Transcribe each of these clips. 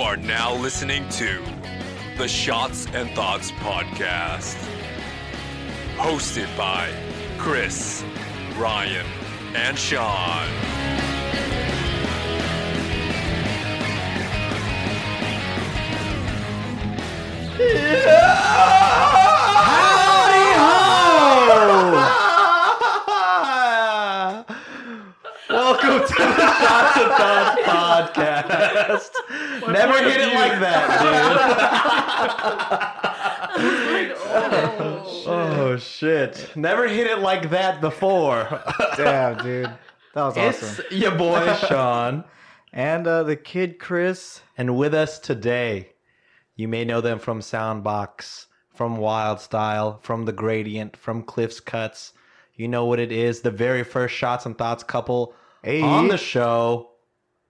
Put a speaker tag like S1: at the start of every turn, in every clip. S1: are now listening to the Shots and Thoughts Podcast, hosted by Chris, Ryan, and Sean.
S2: Welcome to the Shots and Thoughts podcast. Never
S3: point
S2: hit
S3: of
S2: it
S3: view?
S2: like that, dude.
S3: Oh,
S2: oh shit! Never hit it like that before.
S4: Damn, dude. That was
S2: It's
S4: awesome.
S2: your boy Sean,
S4: And uh, the kid Chris.
S2: and with us today, you may know them from Soundbox, from Wild Style, from The Gradient, from Cliff's Cuts. You know what it is—the very first Shots and Thoughts couple
S4: Hey.
S2: on the show.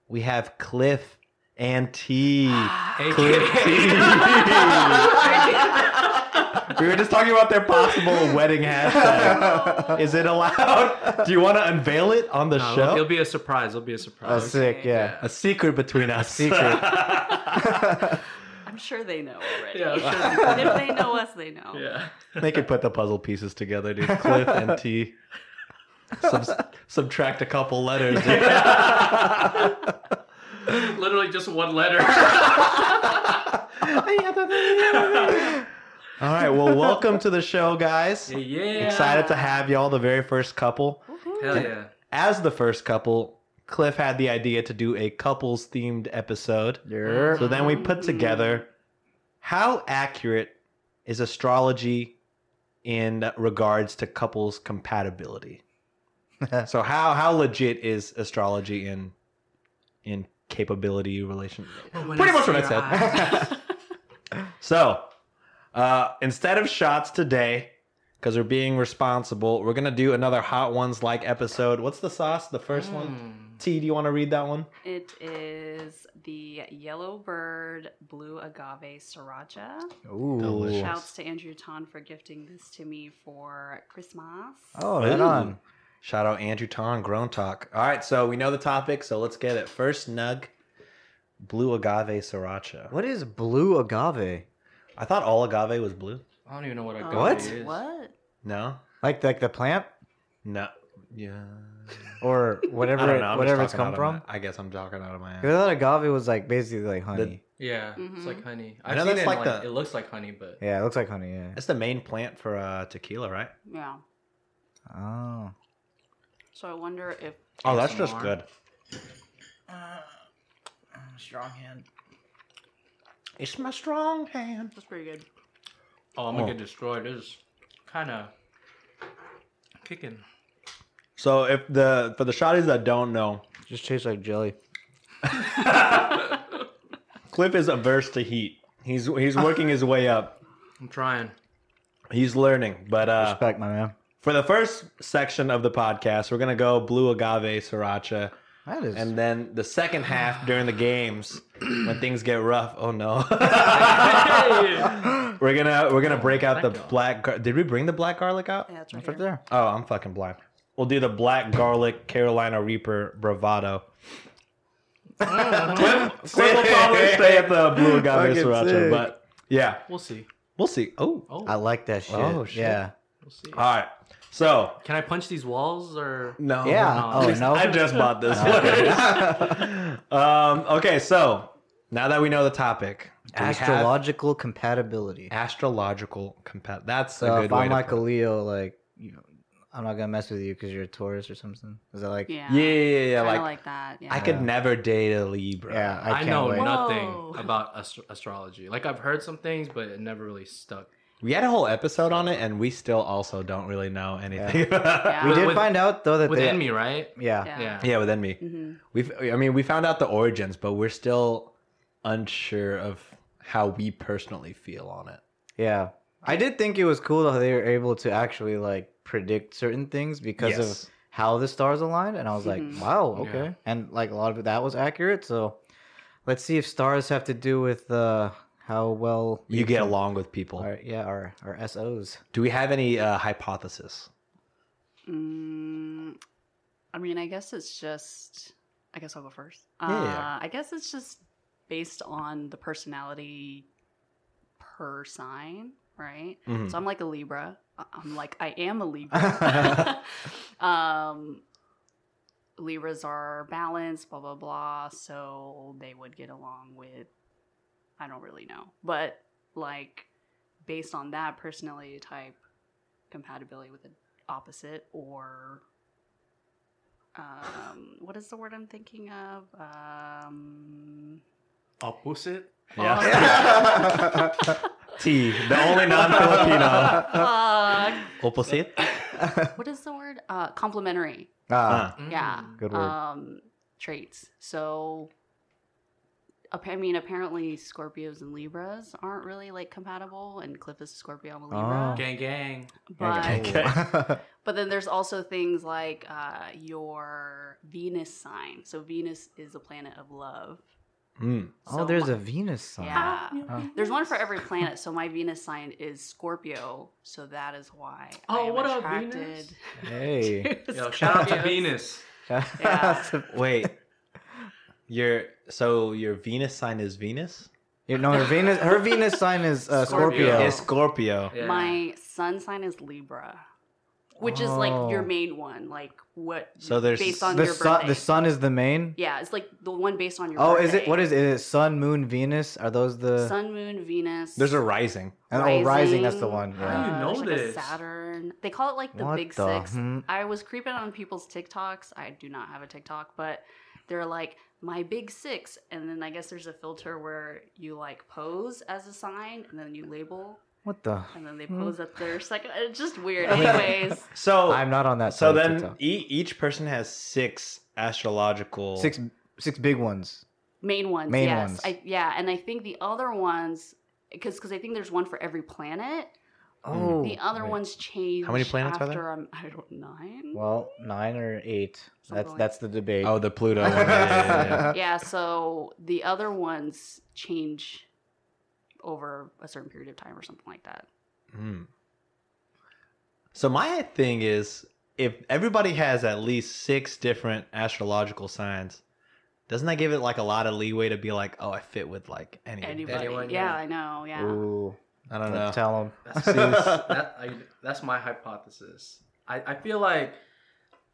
S2: We have Cliff and T. we were just talking about their possible wedding hashtag. Is it allowed? Do you want to unveil it on the
S3: No,
S2: show?
S3: It'll be a surprise. It'll be a surprise.
S4: That's sick, yeah.
S2: a secret between us.
S4: Secret.
S5: I'm sure they know already.
S3: Yeah, I'm sure
S5: but if they know us, they know.
S3: Yeah.
S2: they could put the puzzle pieces together, dude. Cliff and T. Sub- subtract a couple letters. dude.
S3: Literally just one letter.
S2: All right. Well, welcome to the show, guys.
S3: yeah.
S2: Excited to have y'all, the very first couple.
S3: Hell yeah.
S2: As the first couple, Cliff had the idea to do a couples themed episode.
S4: You're
S2: So then we put together how accurate is astrology in regards to couples compatibility. so how how legit is astrology in in capability relation?
S5: Oh,
S2: Pretty much what I
S3: Hmm.
S2: said. so uh, instead of shots today, because we're being responsible, we're gonna do another hot ones like episode. What's the sauce? The first one. T, do you want to read that one?
S5: It is the Yellow Bird Blue Agave Sriracha.
S4: Ooh.
S2: Delicious.
S5: Shouts to Andrew Ton for gifting this to me for Christmas.
S4: Oh, right
S2: Ooh.
S4: on.
S2: Shout out Andrew Tong, Grown Talk. All right, so we know the topic, so let's get it. First nug, blue agave sriracha.
S4: What is blue agave?
S2: I thought all agave was blue.
S3: I don't even know what a
S5: Oh,
S3: god
S4: What?
S3: is.
S5: What?
S2: No,
S4: Like like the plant
S2: no, yeah.
S4: or
S2: I
S4: whatever
S2: don't
S4: it-
S2: know. I'm
S4: whatever it's
S2: just talking out
S4: come
S2: of
S4: from?
S2: my- I guess I'm talking out of my
S4: I
S2: ass.
S4: thought agave was like basically like honey.
S3: Yeah.
S5: Mhm.
S3: It's like honey.
S2: I
S3: I've
S2: know
S3: seen
S2: that's
S3: it.
S2: like
S3: Like
S2: the-
S3: It looks like honey, but
S4: Yeah, it looks like honey. Yeah.
S2: That's the main plant for uh, tequila, right?
S5: Yeah.
S4: Oh.
S5: So I wonder if
S2: Oh, that's just
S3: ASMR.
S2: good. Ah,
S4: Strong hand.
S2: It's my strong hand.
S5: that's pretty good.
S3: oh, I'm gonna
S2: Oh.
S3: get destroyed. It's kind of kicking.
S2: So if the for the shotties that don't know,
S4: Just tastes like jelly.
S2: Cliff is averse to heat. He's he's working his way up.
S3: I'm trying.
S2: He's learning, but uh,
S4: Respect, my man.
S2: For the first section of the podcast, we're gonna go blue agave sriracha,
S4: That is.
S2: and then the second half during the games, when things get rough. Oh no,
S3: Hey!
S2: we're gonna we're gonna break out the
S3: Black
S2: black. Gar- Did we bring the black garlic out?
S5: Yeah, it's right
S4: it's
S5: here.
S4: right there.
S2: Oh, I'm fucking blind. We'll do the black garlic Carolina Reaper bravado. Cliff Cliff will probably stay at the blue agave
S4: Fucking
S2: sriracha,
S4: sick.
S2: but yeah,
S3: we'll see.
S2: we'll see. Oh,
S3: Oh,
S4: I like that shit.
S2: Oh, shit.
S4: Yeah.
S3: we'll see.
S2: all right. So
S3: Can I punch these walls or?
S2: no,
S4: Yeah.
S3: no.
S4: Oh
S3: Just-
S4: no.
S2: I just bought this one. um, okay, so now that we know the topic, do we have
S4: Astrological compatibility.
S2: astrological compat. That's
S4: So
S2: a good
S4: if
S2: way.
S4: I'm
S2: to
S4: like a
S2: put it.
S4: Leo, like you know, I'm not gonna mess with you because you're a Taurus or something. Is that like?
S5: Yeah.
S2: yeah, yeah, yeah, yeah,
S5: Kinda
S2: Like,
S5: like, that. Yeah.
S2: I could never date a Libra.
S4: Yeah, I,
S3: I,
S4: can't
S3: know
S4: wait.
S5: no-
S3: nothing
S5: Whoa.
S3: about astro- astrology. Like I've heard some things, but it never really stuck.
S2: we had a whole episode on it, and we still also don't really know anything.
S5: Yeah.
S4: We
S3: With-
S4: did
S3: with-
S4: find out though that
S3: Within
S4: they.
S3: me, right?
S4: Yeah.
S5: Yeah.
S3: Yeah.
S2: yeah, within me,
S5: Mhm.
S2: we have I mean, we found out the origins, but we're still unsure of how we personally feel on it.
S4: Yeah. I did think it was cool how they were able to actually like predict certain things because
S2: Yes.
S4: of how the stars aligned, and I was like,
S5: Mhm.
S4: wow,
S3: Yeah.
S4: okay, and like a lot of that was accurate. So, let's see if stars have to do with uh, how well
S2: You
S4: we
S2: get
S4: can-
S2: along with people.
S4: Our, yeah, our our SOs.
S2: Do we have any uh, hypothesis?
S5: Mm, I mean, I guess it's just. I guess I'll go first. Uh,
S2: Yeah.
S5: I guess it's just based on the personality per sign, right?
S2: Mhm.
S5: So I'm like a Libra. I- I'm like I am a Libra. um, Libras are balanced, blah blah blah. So they would get along with. I don't really know, but like based on that personality type, compatibility with an opposite or. Um, what is the word I'm thinking of? Um,
S3: Opposite.
S2: Yeah. T, the only non-Filipino.
S5: Fuck.
S2: Opposite.
S5: what is the word? Uh, complementary.
S4: Ah,
S3: Mm.
S5: Yeah.
S4: Good word.
S5: Um, traits. So, ap- I mean, apparently Scorpios and Libras aren't really like compatible, and Cliff is a Scorpio, I'm a Libra.
S4: Oh.
S3: Gang, gang.
S5: But,
S2: Okay.
S5: but then there's also things like uh, your Venus sign. So Venus is a planet of love.
S2: Mm.
S4: oh,
S5: So
S4: there's
S5: my-
S4: a Venus sign.
S5: Yeah.
S4: Oh.
S5: There's one for every planet. So my Venus sign is Scorpio, so that is why.
S3: Oh,
S5: I am
S3: what up,
S5: attracted
S3: Venus?
S4: Hey.
S5: to
S3: Yo, shout out to
S5: Scorpios.
S3: Venus.
S5: Yeah.
S2: Wait, your so your Venus sign is Venus.
S4: you know her Venus. Her Venus sign is uh, Scorpio.
S3: Scorpio.
S2: Is Scorpio.
S3: Yeah.
S5: My sun sign is Libra, which is like your
S4: Oh.
S5: main one. Like what?
S2: So there's
S5: based on
S4: the
S5: your
S4: sun.
S5: birthday.
S4: The sun is the main.
S5: Yeah, it's like the one based on your.
S4: Oh,
S5: birthday.
S4: is it? What is it? Is it sun, moon, Venus? Are those the?
S5: Sun, Moon, Venus.
S2: There's a rising.
S4: and, oh, rising. That's the one.
S3: How do
S4: Yeah.
S3: you
S5: uh,
S3: know
S5: there's like a
S3: this?
S5: Saturn. They call it like the
S4: What
S5: Big
S4: the
S5: Six.
S4: hmm?
S5: I was creeping on people's TikToks. I do not have a TikTok, but they're like my Big Six, and then I guess there's a filter where you like pose as a sign, and then you label,
S4: What the?
S5: and then they
S4: Hmm.
S5: pose at their second. It's just weird. Anyways.
S2: So
S4: I'm not on that.
S2: Oh. so
S4: side of
S2: then
S4: TikTok.
S2: e- each person has six astrological
S4: six six big ones.
S5: main ones
S4: Main
S5: yes
S4: ones.
S5: I, yeah and i think the other ones because because i think there's one for every planet
S4: Oh,
S5: the other
S4: wait.
S5: ones change
S2: How many planets are
S5: after
S2: there?
S5: um, i don't nine
S4: Well, nine or eight.
S5: Something like-
S4: that's that's the debate.
S2: Oh, the Pluto. one. Yeah, yeah, yeah, yeah.
S5: yeah so the other ones change over a certain period of time or something like that
S2: Hmm. So my thing is, if everybody has at least six different astrological signs, doesn't that give it like a lot of leeway to be like, oh, I fit with like any?
S5: anybody
S3: Anyone,
S5: yeah,
S3: yeah.
S5: i know yeah
S4: Ooh,
S2: I don't know.
S4: let's tell him.
S3: That's, that, I, that's my hypothesis. I, I feel like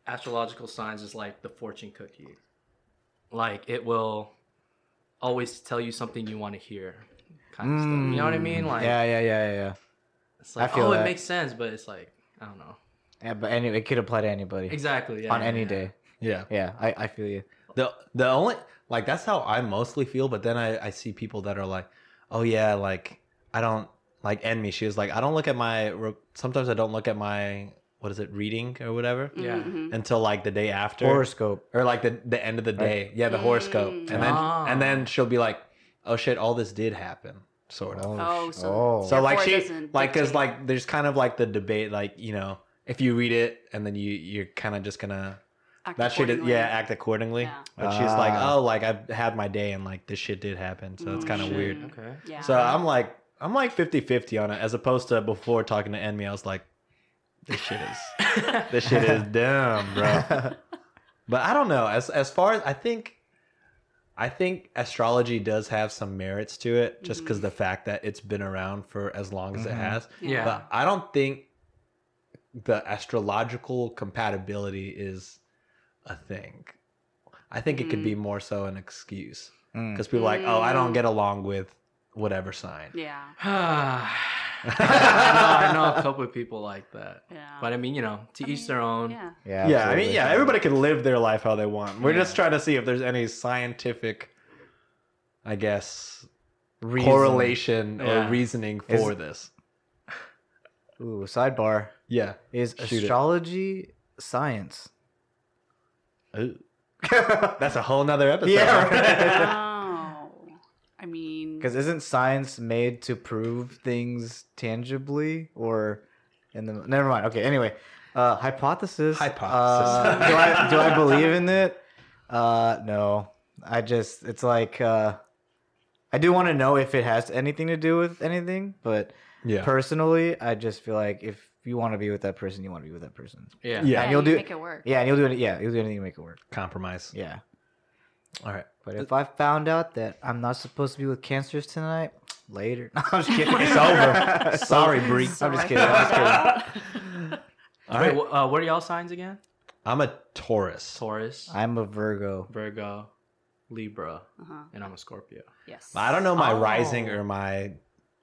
S3: astrological signs is like the fortune cookie. Like it will always tell you something you want to hear. Kind of stuff. You know what I mean? Like,
S4: Hmm. Mm. yeah, yeah, yeah, yeah, yeah.
S3: it's like
S4: I feel
S3: oh,
S4: that.
S3: it makes sense, but it's like, I don't know.
S4: yeah but anyway, it could apply to anybody
S3: Exactly. Yeah,
S4: on any
S3: yeah.
S4: day.
S2: Yeah.
S4: Yeah, I, I feel you.
S2: The the only like that's how I mostly feel, but then I, I see people that are like, oh yeah, like I don't like end me. She was like, I don't look at my re- sometimes I don't look at my what is it reading or whatever
S5: Mhm,
S3: Yeah.
S5: mhm.
S2: until like the day after
S4: Horoscope.
S2: or like the the end of the day. Yeah, the horoscope,
S5: Mm.
S2: and then
S3: Ah.
S2: and then she'll be like, oh shit, all this did happen, sort of.
S5: Oh,
S4: sh-
S5: so-
S4: oh.
S2: So like
S5: Therefore, it
S2: she
S5: doesn't
S2: like because
S5: dictate.
S2: like there's kind of like the debate like you know if you read it and then you you're kind of just gonna
S5: Act
S2: that shit
S5: accordingly.
S2: yeah act accordingly.
S5: Yeah.
S2: But she's like
S4: Ah.
S2: oh like I've had my day and like this shit did happen so it's
S5: Mm.
S2: kind of
S3: Shit,
S2: weird.
S3: Okay.
S5: yeah
S2: So um, I'm like I'm like 50-50 on it as opposed to before talking to Enmy I was like this shit is this shit is dumb bro. But I don't know. As as far as I think, I think astrology does have some merits to it, just because the fact that it's been around for as long as
S4: Mhm.
S2: it has.
S3: Yeah.
S2: But I don't think the astrological compatibility is a thing. I think it could be more so an excuse
S4: Mm.
S2: because people are like, oh, I don't
S5: Mm.
S2: get along with whatever sign.
S5: yeah
S3: I, know, I know a couple of people like that.
S5: yeah
S3: But um, I mean, you know, to
S5: I
S3: each
S5: mean,
S3: their own.
S5: yeah
S4: Yeah,
S2: yeah, I mean,
S4: absolutely.
S2: yeah, everybody can live their life how they want. We're
S3: Yeah.
S2: just trying to see if there's any scientific, I guess,
S4: Reason.
S2: correlation
S3: Yeah.
S2: or reasoning
S4: Is-
S2: for this.
S4: Ooh, sidebar
S2: Yeah.
S4: is
S2: Shoot it.
S4: astrology science.
S2: Uh, That's a whole nother episode.
S4: Yeah, right.
S5: oh i mean
S4: Because isn't science made to prove things tangibly or in the never mind. Okay, anyway, uh, hypothesis.
S2: Hypothesis.
S4: Uh, do I do I believe in it? Uh, no, I just it's like uh, I do want to know if it has anything to do with anything, but
S2: yeah.
S4: personally, I just feel like if you want to be with that person, you want to be with that person.
S3: Yeah.
S2: Yeah.
S5: yeah,
S4: you'll
S5: you
S4: do-
S5: make it work
S4: Yeah, and you'll do it. Yeah, you'll do anything to make it work.
S2: Compromise.
S4: Yeah,
S2: All right.
S4: But if I found out that I'm not supposed to be with cancers tonight, later. No, I'm just kidding.
S2: It's over. Sorry, Bree.
S5: So
S4: I'm just
S5: I
S4: kidding, I'm just
S5: found out.
S2: All
S3: Wait,
S2: right.
S3: wh- uh, what are y'all signs again?
S2: I'm a Taurus.
S3: Taurus,
S4: I'm a Virgo.
S3: Virgo, Libra,
S5: Uh-huh.
S3: and I'm a Scorpio.
S5: Yes.
S2: I don't know my rising
S3: Oh.
S2: or my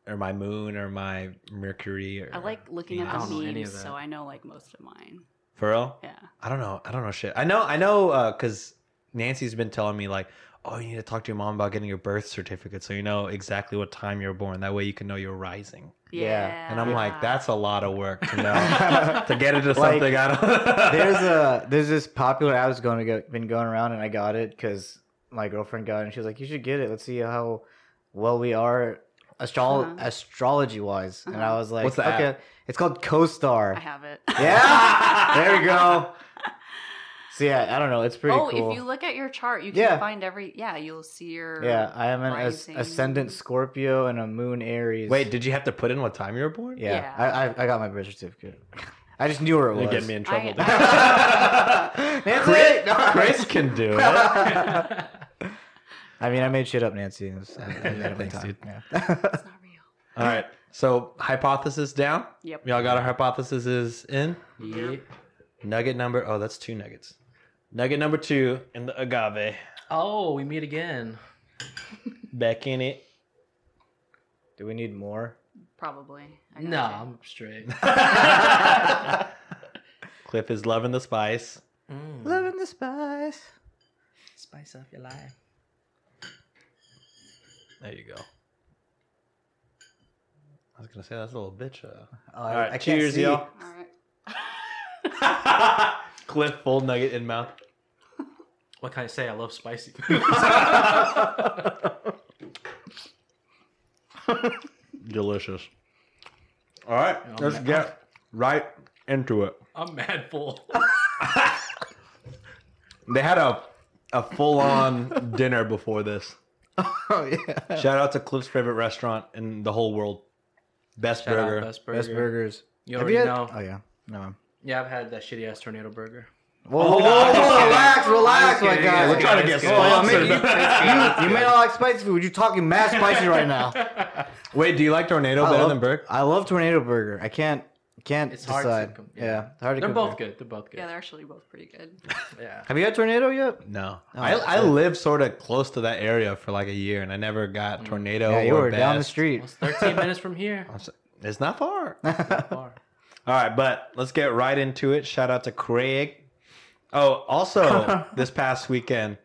S2: or my moon or my Mercury. Or,
S5: I like looking
S3: I
S5: at
S3: don't
S5: the
S3: know any of that.
S5: memes, so I know like most of mine.
S2: For real?
S5: Yeah.
S2: I don't know. I don't know shit. I know. I know because Nancy's been telling me like, oh, you need to talk to your mom about getting your birth certificate so you know exactly what time you're born. That way you can know your rising.
S4: Yeah.
S2: And I'm like, that's a lot of work to know to
S4: there's
S2: get into
S4: Like,
S2: something. I don't.
S4: a there's this popular app that's going to go been going around, and I got it because my girlfriend got it, and she was like, "You should get it. Let's see how well we are." Astro-
S5: Uh-huh.
S4: astrology wise and i
S5: Uh-huh.
S4: was like
S2: What's the app?
S4: okay it's called costar
S5: I have it.
S4: Yeah! There we go. so yeah i don't know it's pretty
S5: oh,
S4: cool
S5: if you look at your chart, you can
S4: Yeah.
S5: find every. Yeah, you'll see your.
S4: yeah i am an as-
S5: rising.
S4: ascendant scorpio and a moon aries
S2: Wait, did you have to put in what time you were born?
S4: yeah,
S5: Yeah.
S4: I, I i got my birth certificate i just knew where it was
S2: You're getting me in trouble.
S5: I-
S2: dude.
S4: Nancy!
S2: Chris, Chris can do it.
S4: I mean, I made shit up, Nancy. It was- uh, I- I made it up in
S2: Thanks,
S4: time.
S2: dude.
S4: Yeah.
S5: It's not real.
S2: All right. So hypothesis down.
S5: Yep.
S2: Y'all got our hypothesis is in.
S3: Ye-
S2: Nugget number. Oh, that's two nuggets. Nugget number two in the agave.
S3: Oh, we meet again.
S2: Back in it.
S4: Do we need more?
S5: Probably. I got
S3: No,
S5: you.
S3: I'm straight.
S2: Cliff is loving the spice.
S3: Mm.
S4: Loving the spice.
S3: Spice up your life.
S2: There you go. I was gonna say that's a little bitch. Uh...
S4: Oh,
S2: All right, cheers, y'all.
S5: All right.
S2: Cliff, full nugget in mouth.
S3: What can I say? I love spicy food.
S2: Delicious. All right,
S4: Oh,
S3: Yeah,
S2: let's
S3: man.
S2: get right into it.
S3: I'm mad full.
S2: They had a a full on dinner before this.
S4: Oh yeah.
S2: Shout out to Cliff's favorite restaurant in the whole world, Best
S3: Shout out
S2: Burger.
S3: Best burger.
S4: Best burgers.
S3: You
S4: Have
S3: already
S4: you had-
S3: know.
S4: Oh yeah. No.
S3: Yeah, I've had that shitty ass tornado burger.
S4: Whoa, whoa, whoa, whoa, relax, Oh, relax, my
S3: kidding.
S4: guy.
S3: We're trying to
S2: get
S4: Well, I mean,
S2: sponsored.
S4: you, you, you may not like spicy food. You're talking mad spicy right now.
S2: Wait, do you like Tornado
S4: I
S2: better
S4: love,
S2: than Burke?
S4: I love tornado burger. I can't can't
S3: It's hard
S4: decide.
S3: to com-
S4: yeah.
S3: yeah.
S4: hard to
S3: They're
S4: compare.
S3: both good. They're both good.
S5: Yeah, they're actually both pretty good.
S3: yeah.
S4: Have you had tornado yet?
S2: No,
S4: Oh,
S2: I, I
S4: shit.
S2: lived sort of close to that area for like a year, and I never got Tornado.
S4: Mm. yeah, you
S2: or
S4: were down the
S2: Best.
S4: street.
S3: Well, it's 13 minutes from here.
S2: I'm s- It's not far.
S3: Far.
S2: All right, but let's get right into it. Shout out to Craig. Oh, also this past weekend,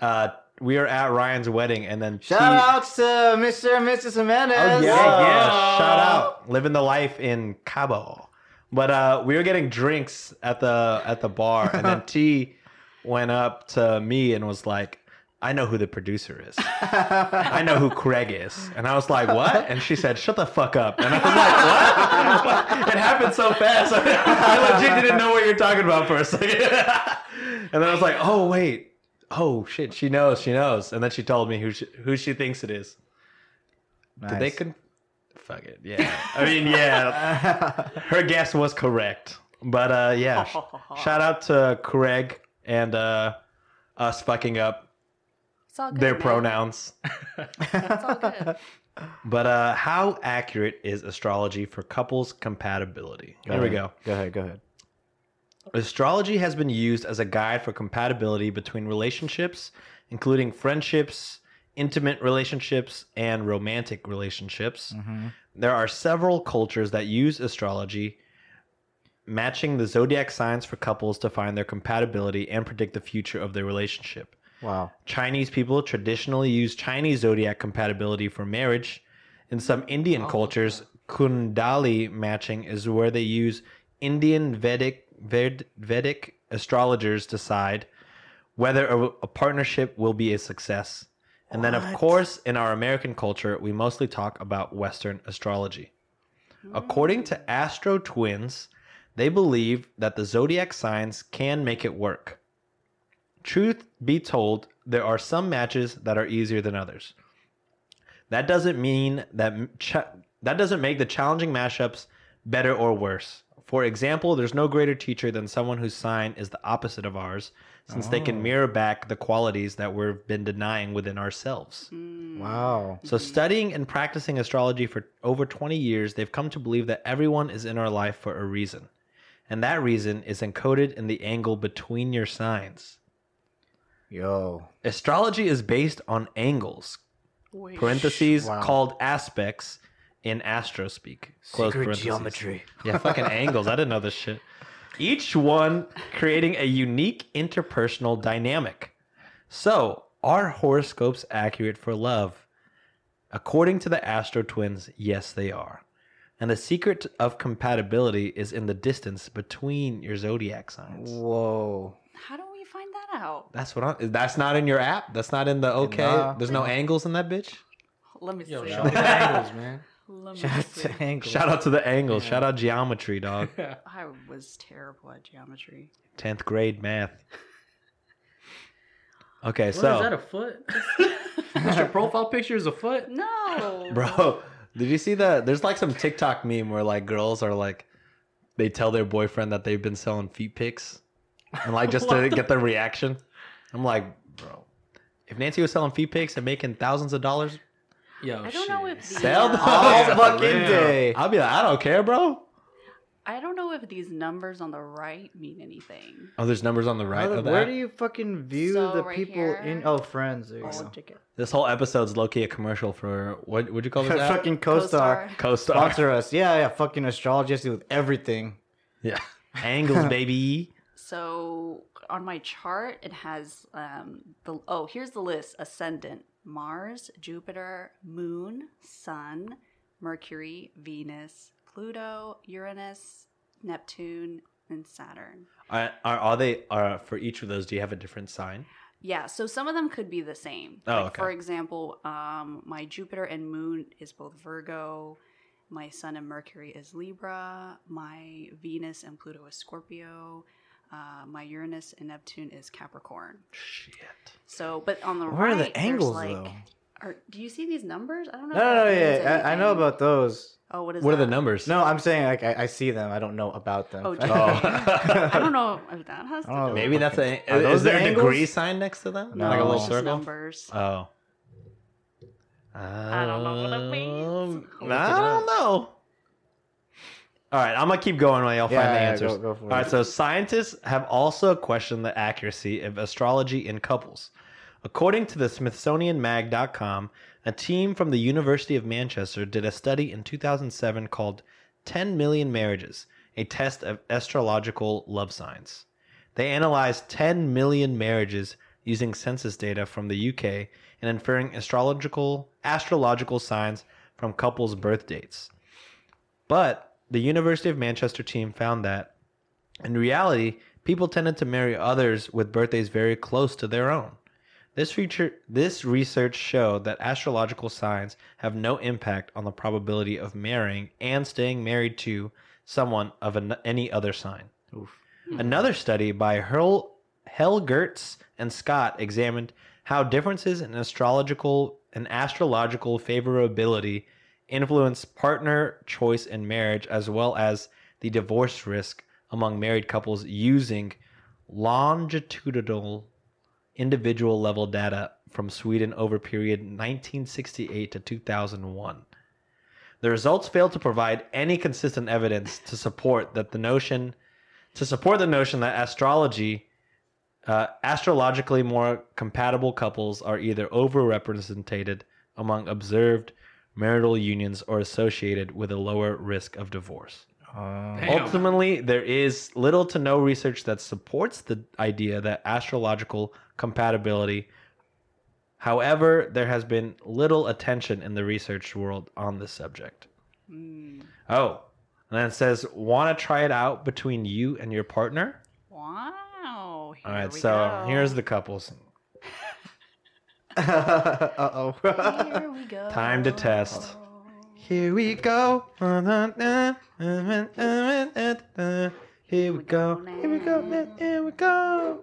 S2: uh, we were at Ryan's wedding, and then
S4: Shout
S2: T-
S4: outs to Mr. and Mrs. Jimenez.
S2: Oh, yeah,
S4: Whoa.
S2: yeah. Shout out, living the life in Cabo. But uh, we were getting drinks at the at the bar, and then T went up to me and was like, "I know who the producer is. I know who Craig is." And I was like, "What?" And she said, "Shut the fuck up." And I was like, "What?" it happened so fast. I legit didn't know what you're talking about for a second. and then I was like, "Oh wait." Oh shit! She knows. She knows. And then she told me who she, who she thinks it is.
S4: Nice.
S2: Did they con- Fuck it. Yeah. I mean, yeah. Her guess was correct. But uh yeah. sh- shout out to Craig and uh us fucking up
S5: It's all good.
S2: their
S5: man.
S2: pronouns.
S5: It's all good.
S2: But uh how accurate is astrology for couples compatibility? There we
S4: ahead.
S2: go.
S4: Go ahead. Go ahead.
S2: Astrology has been used as a guide for compatibility between relationships, including friendships, intimate relationships, and romantic relationships. There are several cultures that use astrology, matching the zodiac signs for couples to find their compatibility and predict the future of their relationship.
S4: Wow.
S2: Chinese people traditionally use Chinese zodiac compatibility for marriage. In some Indian cultures, Kundali matching is where they use Indian Vedic Ved, Vedic astrologers decide whether a, a partnership will be a success. And then, of course, in our American culture, we mostly talk about Western astrology. According to Astro Twins, they believe that the zodiac signs can make it work. Truth be told, there are some matches that are easier than others. That doesn't mean that m- cha- that doesn't make the challenging mashups better or worse. For example, there's no greater teacher than someone whose sign is the opposite of ours, since they
S4: Oh.
S2: can mirror back the qualities that we've been denying within ourselves.
S5: Mm.
S4: Wow.
S2: So, studying and practicing astrology for over 20 years, they've come to believe that everyone is in our life for a reason. And that reason is encoded in the angle between your signs.
S4: Yo.
S2: Astrology is based on angles,
S5: Wait.
S2: parentheses
S4: Wow.
S2: called aspects in astro speak. Close
S4: Secret
S2: parentheses.
S4: geometry.
S2: Yeah, fucking angles. I didn't know this shit. Each one creating a unique interpersonal dynamic. So, are horoscopes accurate for love? According to the Astro Twins, yes, they are. And the secret of compatibility is in the distance between your zodiac signs.
S4: Whoa.
S5: How do we find that out?
S2: That's what I'm. That's not in your app. That's not in the okay.
S4: Nah.
S2: There's no angles in that bitch.
S5: Let me see.
S3: Yo, shout out to angles, man.
S5: Let me
S4: Shout out
S5: see.
S4: to Angle.
S2: Shout out to the angles.
S3: Yeah.
S2: Shout out geometry, dog.
S5: I was terrible at geometry.
S2: Tenth grade math. Okay,
S3: What is
S2: so
S3: that a foot? Your profile picture is a foot.
S5: No.
S2: Bro, did you see that? There's like some TikTok meme where like girls are like, they tell their boyfriend that they've been selling feet pics, and like just to
S3: What the-
S2: get the reaction. I'm like, bro, if Nancy was selling feet pics and making thousands of dollars,
S3: Yo,
S5: I don't know if
S3: shit.
S5: the,
S2: sell
S5: uh,
S2: them
S4: All
S2: all
S4: fucking
S2: fucking day.
S4: day.
S2: I'll be like, I don't care, bro.
S5: I don't know if these numbers on the right mean anything.
S2: Oh, there's numbers on the right
S4: Where-
S2: of
S4: Where
S2: that.
S4: do you fucking view
S5: So
S4: the
S5: right
S4: people
S5: here.
S4: in? Oh, friends. There you
S5: All
S4: go.
S5: ticket.
S2: this whole episode's low-key a commercial for what would you call this app?
S4: fucking co-star.
S5: Co-star.
S2: CoStar.
S4: Sponsor us. Yeah, yeah. Fucking astrology has to do with everything.
S2: Yeah, angles, baby.
S5: So on my chart, it has um, the oh, here's the list: ascendant Mars, Jupiter, Moon, Sun, Mercury, Venus, Pluto, Uranus, Neptune, and Saturn.
S2: Are, are, are they are for each of those? Do you have a different sign?
S5: Yeah, so some of them could be the same.
S2: Oh,
S5: Like,
S2: okay.
S5: For example, um, my Jupiter and Moon is both Virgo. My Sun and Mercury is Libra. My Venus and Pluto is Scorpio. Uh, my Uranus and Neptune is Capricorn.
S2: Shit.
S5: So, but on the
S4: Where
S5: right,
S4: are the
S5: there's,
S4: angles,
S5: like,
S4: though?
S5: Are, do you see these numbers? I don't know.
S4: No,
S5: if
S4: no, no
S5: that means
S4: yeah. I, I know
S5: anything.
S4: about those.
S5: Oh, what is?
S2: What are the
S5: that?
S2: numbers?
S4: No, I'm saying like I, I see them. I don't know about them.
S5: Oh, just-
S2: Oh.
S5: I don't know if that has to.
S4: I don't
S5: do
S4: know.
S2: Maybe
S5: with-
S2: that's a.
S4: Are
S2: is
S4: those
S2: there
S4: the
S2: a
S4: angles?
S2: degree sign next to them?
S5: No,
S2: like a little
S5: it's just
S2: circle.
S5: numbers.
S2: Oh.
S5: I don't know what it means.
S2: Um,
S5: Look it
S2: I don't know. All right, I'm gonna keep going while y'all
S4: yeah,
S2: find the
S4: yeah,
S2: answers.
S4: Go, go for
S2: All right,
S4: it.
S2: so scientists have also questioned the accuracy of astrology in couples. According to the SmithsonianMag.com, a team from the University of Manchester did a study in 2007 called 10 Million Marriages, a test of astrological love signs. They analyzed 10 million marriages using census data from the UK and inferring astrological astrological signs from couples' birth dates. But the University of Manchester team found that in reality, people tended to marry others with birthdays very close to their own. This feature this research showed that astrological signs have no impact on the probability of marrying and staying married to someone of an, any other sign. Hmm. Another study by Hel- Helgertz and Scott examined how differences in astrological and astrological favorability influence partner choice in marriage as well as the divorce risk among married couples using longitudinal individual level data from Sweden over period 1968 to 2001. The results failed to provide any consistent evidence to support that the notion to support the notion that astrology uh, astrologically more compatible couples are either overrepresented among observed marital unions or associated with a lower risk of divorce.
S4: Oh.
S3: Damn.
S2: Ultimately, there is little to no research that supports the idea that astrological compatibility. However, there has been little attention in the research world on this subject.
S5: Mm,
S2: Oh, and then it says, want to try it out between you and your partner?
S5: wow.
S2: All
S5: here
S2: right,
S5: we
S2: so
S5: go.
S2: here's the couples.
S4: uh oh.
S5: Here we go.
S2: Time to test. Here we go. Here we go. Here we go. Here we go.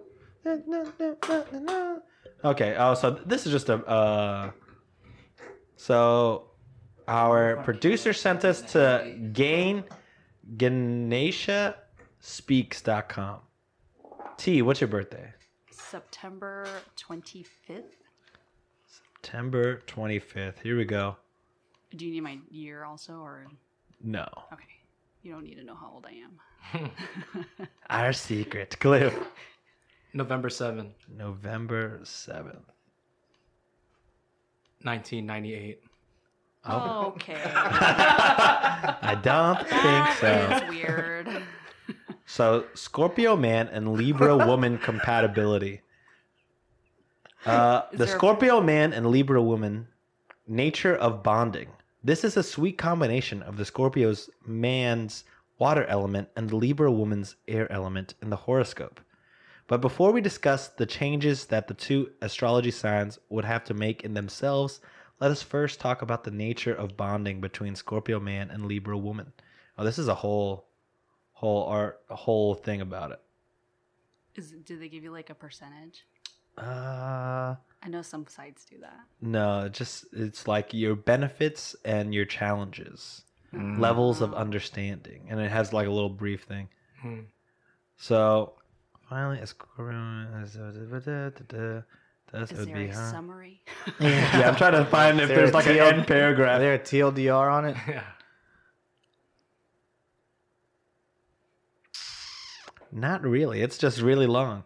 S2: Okay. Oh, so this is just a. Uh, so our producer sent us to gain ganeshaspeaks.com. T, what's your birthday?
S5: September 25th.
S2: September 25th. Here we go.
S5: Do you need my year also, or
S2: No.
S5: okay? You don't need to know how old I am.
S2: Our secret. Cliff.
S3: November 7,
S2: November 7th.
S3: 1998.
S2: Oh.
S5: Okay,
S2: I don't think so.
S5: that is weird.
S2: So, Scorpio man and Libra woman compatibility. Uh,
S5: Is
S2: the
S5: there a-
S2: Scorpio man and Libra woman, nature of bonding. This is a sweet combination of the Scorpio's man's water element and the Libra woman's air element in the horoscope. But before we discuss the changes that the two astrology signs would have to make in themselves, let us first talk about the nature of bonding between Scorpio man and Libra woman. Oh, this is a whole, whole art, a whole thing about it.
S5: Is, do they give you like a percentage?
S2: Uh,
S5: I know some sites do that.
S2: no, it just it's like your benefits and your challenges, Mm. levels of understanding, and it has like a little brief thing.
S3: Hmm.
S2: So finally, it's that's
S5: Is
S2: would
S5: there
S2: be
S5: a
S2: huh?
S5: summary?
S2: yeah, I'm trying to find if
S4: Is there
S2: there's
S4: a
S2: like an
S4: TL?
S2: end
S4: Are
S2: paragraph.
S4: there a TLDR on it?
S3: Yeah.
S2: Not really. It's just really long.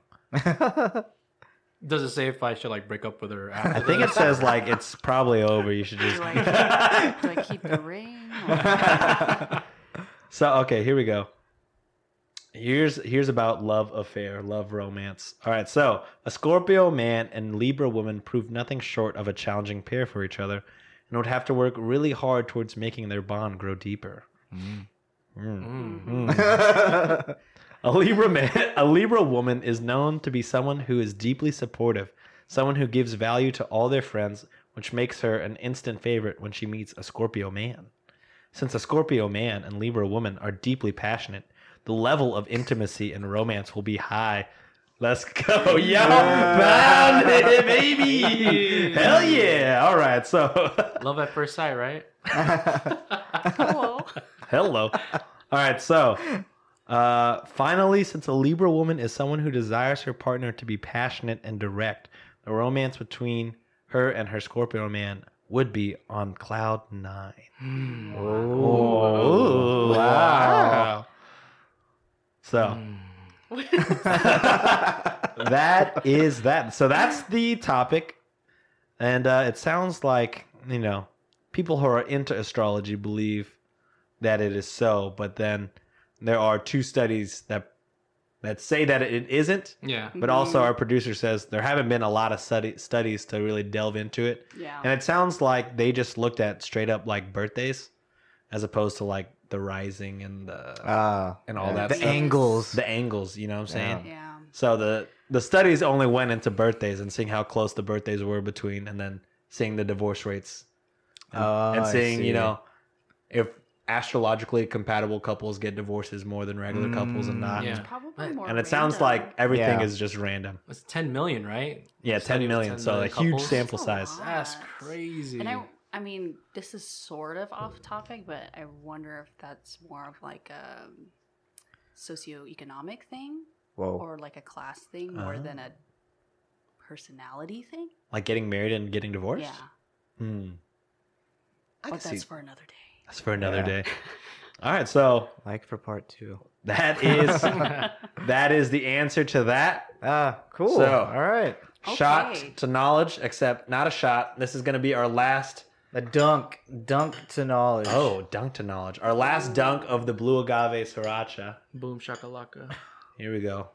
S3: Does it say if I should like break up with her
S2: I
S3: after?
S2: think it says like it's probably over. You should just.
S5: do, I, do I keep the ring? Or...
S2: so okay, here we go. Here's here's about love affair, love romance. All right, so a Scorpio man and Libra woman proved nothing short of a challenging pair for each other, and would have to work really hard towards making their bond grow deeper. Mm.
S3: Mm.
S2: A Libra man, a Libra woman is known to be someone who is deeply supportive, someone who gives value to all their friends, which makes her an instant favorite when she meets a Scorpio man. Since a Scorpio man and Libra woman are deeply passionate, the level of intimacy and romance will be high. Let's go. Yo, bound it, baby. Hell yeah. All right. So
S3: Love at first sight, right?
S5: Cool.
S2: Hello. All right, so uh, finally, since a Libra woman is someone who desires her partner to be passionate and direct, the romance between her and her Scorpio man would be on cloud nine. Oh,
S4: Wow.
S2: So
S3: Hmm,
S2: that is that. So that's the topic, and uh, it sounds like you know people who are into astrology believe that it is so, but then there are two studies that that say that it isn't.
S3: Yeah.
S5: Mm-hmm.
S2: But also, our producer says there haven't been a lot of study, studies to really delve into it,
S5: Yeah.
S2: and it sounds like they just looked at straight up like birthdays, as opposed to like the rising and the
S4: Ah,
S2: And all that
S4: The
S2: stuff.
S4: angles.
S2: the angles. You know what I'm saying?
S5: Yeah.
S2: So the the studies only went into birthdays and seeing how close the birthdays were between, and then seeing the divorce rates and,
S4: Oh,
S2: and
S4: I
S2: seeing you
S4: see.
S2: know if astrologically compatible couples get divorces more than regular couples and
S4: Mm,
S2: not.
S3: yeah.
S5: Probably
S3: But-
S5: more.
S2: And it sounds
S5: random.
S2: like everything
S4: Yeah.
S2: is just random.
S3: It's 10 million, right?
S2: Yeah,
S3: Study
S2: ten
S3: with
S2: million.
S3: 10
S2: so a
S3: million
S2: huge
S3: couples.
S2: sample
S5: That's a
S2: size.
S5: lot.
S3: That's
S5: Yes.
S3: crazy.
S5: And I, I mean, this is sort of off topic, but I wonder if that's more of like a socioeconomic thing
S4: Whoa.
S5: or like a class thing more
S2: Ah.
S5: than a personality thing.
S2: Like getting married and getting divorced.
S5: Yeah,
S2: Hmm. I
S5: but
S2: can
S5: that's
S2: see.
S5: for another day.
S2: That's for another
S4: Yeah.
S2: day. All right, so
S4: Like for part two.
S2: that is that is the answer to that.
S4: Ah, cool.
S2: So-
S4: all right.
S2: Shot
S5: Okay.
S2: to knowledge, except not a shot. This is going to be our last.
S4: A dunk, dunk to knowledge.
S2: Oh, dunk to knowledge. Our last dunk of the blue agave sriracha.
S3: Boom shakalaka.
S2: Here we go.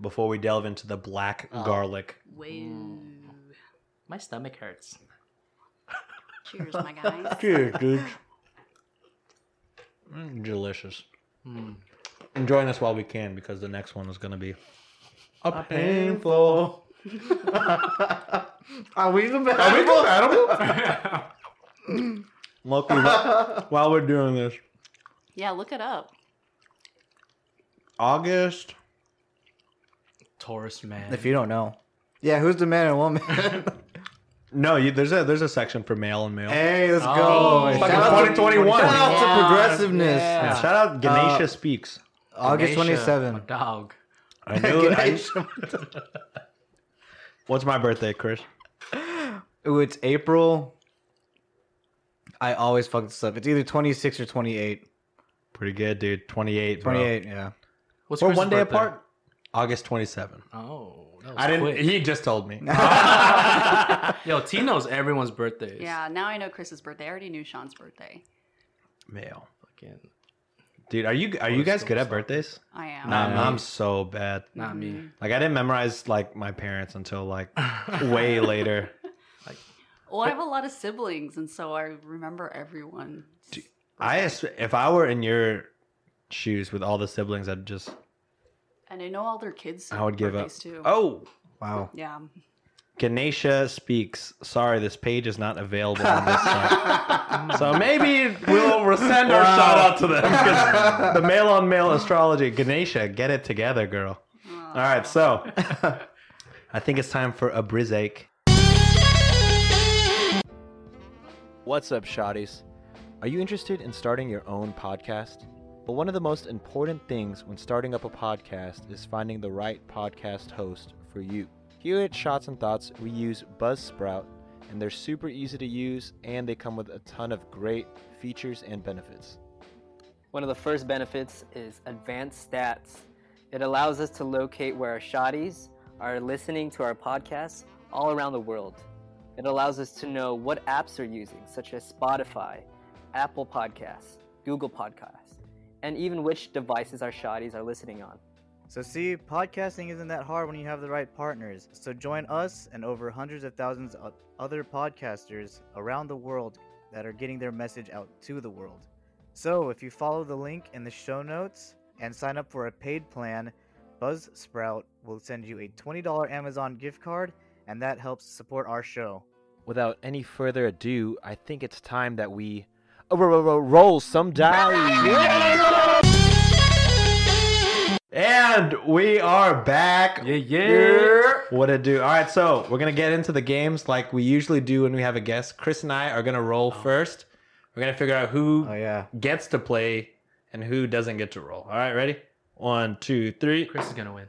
S2: Before we delve into the black garlic.
S5: Whoa!
S2: Mm.
S3: My stomach hurts.
S5: Cheers, my guys.
S2: Cheers, dudes. Mm, Delicious. Hmm.
S3: Mm.
S2: Enjoying this while we can because the next one is going to be a painful.
S4: Are we the best?
S2: Lucky wh- while we're doing this,
S5: yeah, look it up.
S2: August.
S3: Taurus man.
S4: If you don't know. Yeah, who's the man and woman?
S2: No, you, there's a there's a section for male and male.
S4: Hey, let's
S3: Oh,
S4: go.
S2: fucking
S4: Shout out to-
S2: 2021.
S4: Shout out
S5: Yeah.
S4: to progressiveness.
S3: Yeah.
S2: Shout out Ganesha speaks.
S4: August
S3: Ganesha,
S4: 27.
S3: my Dog.
S2: I knew it. I-
S4: Ganesha.
S2: what's my birthday, Chris?
S4: Ooh, it's April. I always fuck this up. It's either 26 or 28.
S2: Pretty good, dude. 28. bro.
S4: 28, yeah.
S3: What's
S2: We're
S3: Chris's
S2: one day
S3: birthday?
S2: apart. August 27.
S3: Oh, that was
S2: I didn't.
S3: quick.
S2: He just told me.
S3: Yo, T knows everyone's birthdays.
S5: Yeah, now I know Chris's birthday. I already knew Sean's birthday.
S2: Male.
S3: Fucking
S2: Dude, are you are you guys good at birthdays?
S5: I am.
S2: Nah,
S4: me.
S2: I'm so bad.
S3: not me.
S2: Like I didn't memorize like my parents until like way later.
S5: Well, I have a lot of siblings, and so I remember everyone.
S2: I as- if I were in your shoes with all the siblings, I'd just
S5: And I know all their kids.
S2: I would give up.
S5: birthdays, Too.
S2: Oh,
S4: Wow.
S5: Yeah.
S2: Ganesha speaks. Sorry, this page is not available on this site. so maybe we'll resend our
S4: Wow.
S2: shout out to them. 'cause the male on male astrology, Ganesha, get it together, girl. All right, so I think it's time for a brizache. What's up, shotties? Are you interested in starting your own podcast? But one of the most important things when starting up a podcast is finding the right podcast host for you. Here at Shots and Thoughts, we use Buzzsprout, and they're super easy to use and they come with a ton of great features and benefits.
S6: One of the first benefits is advanced stats. It allows us to locate where our shotties are listening to our podcasts all around the world. It allows us to know what apps are using, such as Spotify, Apple Podcasts, Google Podcasts, and even which devices our shotties are listening on.
S7: So, see, podcasting isn't that hard when you have the right partners. So, join us and over hundreds of thousands of other podcasters around the world that are getting their message out to the world. So, if you follow the link in the show notes and sign up for a paid plan, Buzzsprout will send you a $20 Amazon gift card, and that helps support our show.
S8: Without any further ado, I think it's time that we oh, ro- ro- ro- roll some dice.
S2: And we are back.
S3: Yeah, yeah.
S2: What to do? All right, so we're gonna get into the games like we usually do when we have a guest. Chris and I are gonna roll first. We're gonna figure out who
S4: Oh, yeah.
S2: gets to play and who doesn't get to roll. All right, ready? One, two, three.
S3: Chris is gonna win.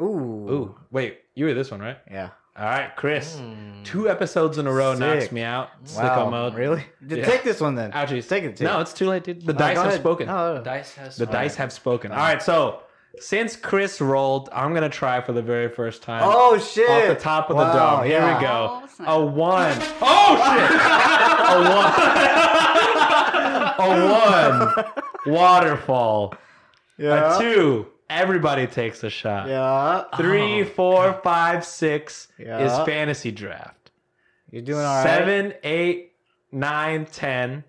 S4: Ooh.
S2: Ooh, wait, you were this one, right?
S4: Yeah.
S2: All right, Chris.
S3: Mm.
S2: Two episodes in a row knocks
S4: Hmm. Sick.
S2: me out.
S4: Wow.
S2: Sicko mode.
S4: Really?
S2: Yeah.
S4: Take this one then.
S2: Ouchies.
S4: Take it. Take
S2: No,
S4: it.
S2: it's too late, dude. The
S4: Oh,
S2: dice
S4: go
S2: have
S4: ahead.
S2: spoken.
S4: No, no, no.
S3: Dice has
S2: The dice have spoken. All right, so since Chris rolled, I'm gonna try for the very first time.
S4: Oh, shit.
S2: Off the top of the
S4: Wow,
S2: dome. Here
S4: yeah.
S2: we go.
S5: Oh, snap.
S2: A one. Oh shit! a one. a one. Waterfall.
S4: Yeah.
S2: A two. Everybody takes a shot.
S4: Yeah. Oh.
S2: Three, four, five, six
S4: Yeah.
S2: is fantasy draft.
S4: Oh, You're doing all right.
S2: Seven, eight, nine, ten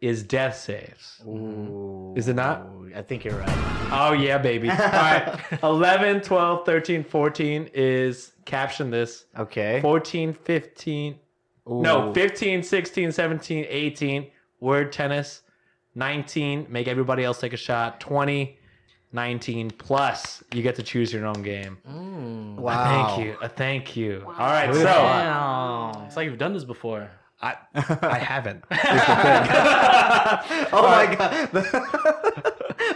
S2: is death saves.
S4: Ooh.
S2: Is it not?
S4: I think you're right.
S2: Oh, yeah, baby. All right. 11, 12, 13, 14 is caption this.
S4: Okay.
S2: 14, 15. No, 15, 16, 17, 18. Word tennis. 19. Make everybody else take a shot. 20, 19 plus. You get to choose your own game.
S3: Mm.
S2: A
S4: Wow.
S2: Thank you. A thank you.
S5: Wow.
S2: All right. So
S3: Damn. It's like you've done this before.
S2: I, I haven't.
S4: Oh my god.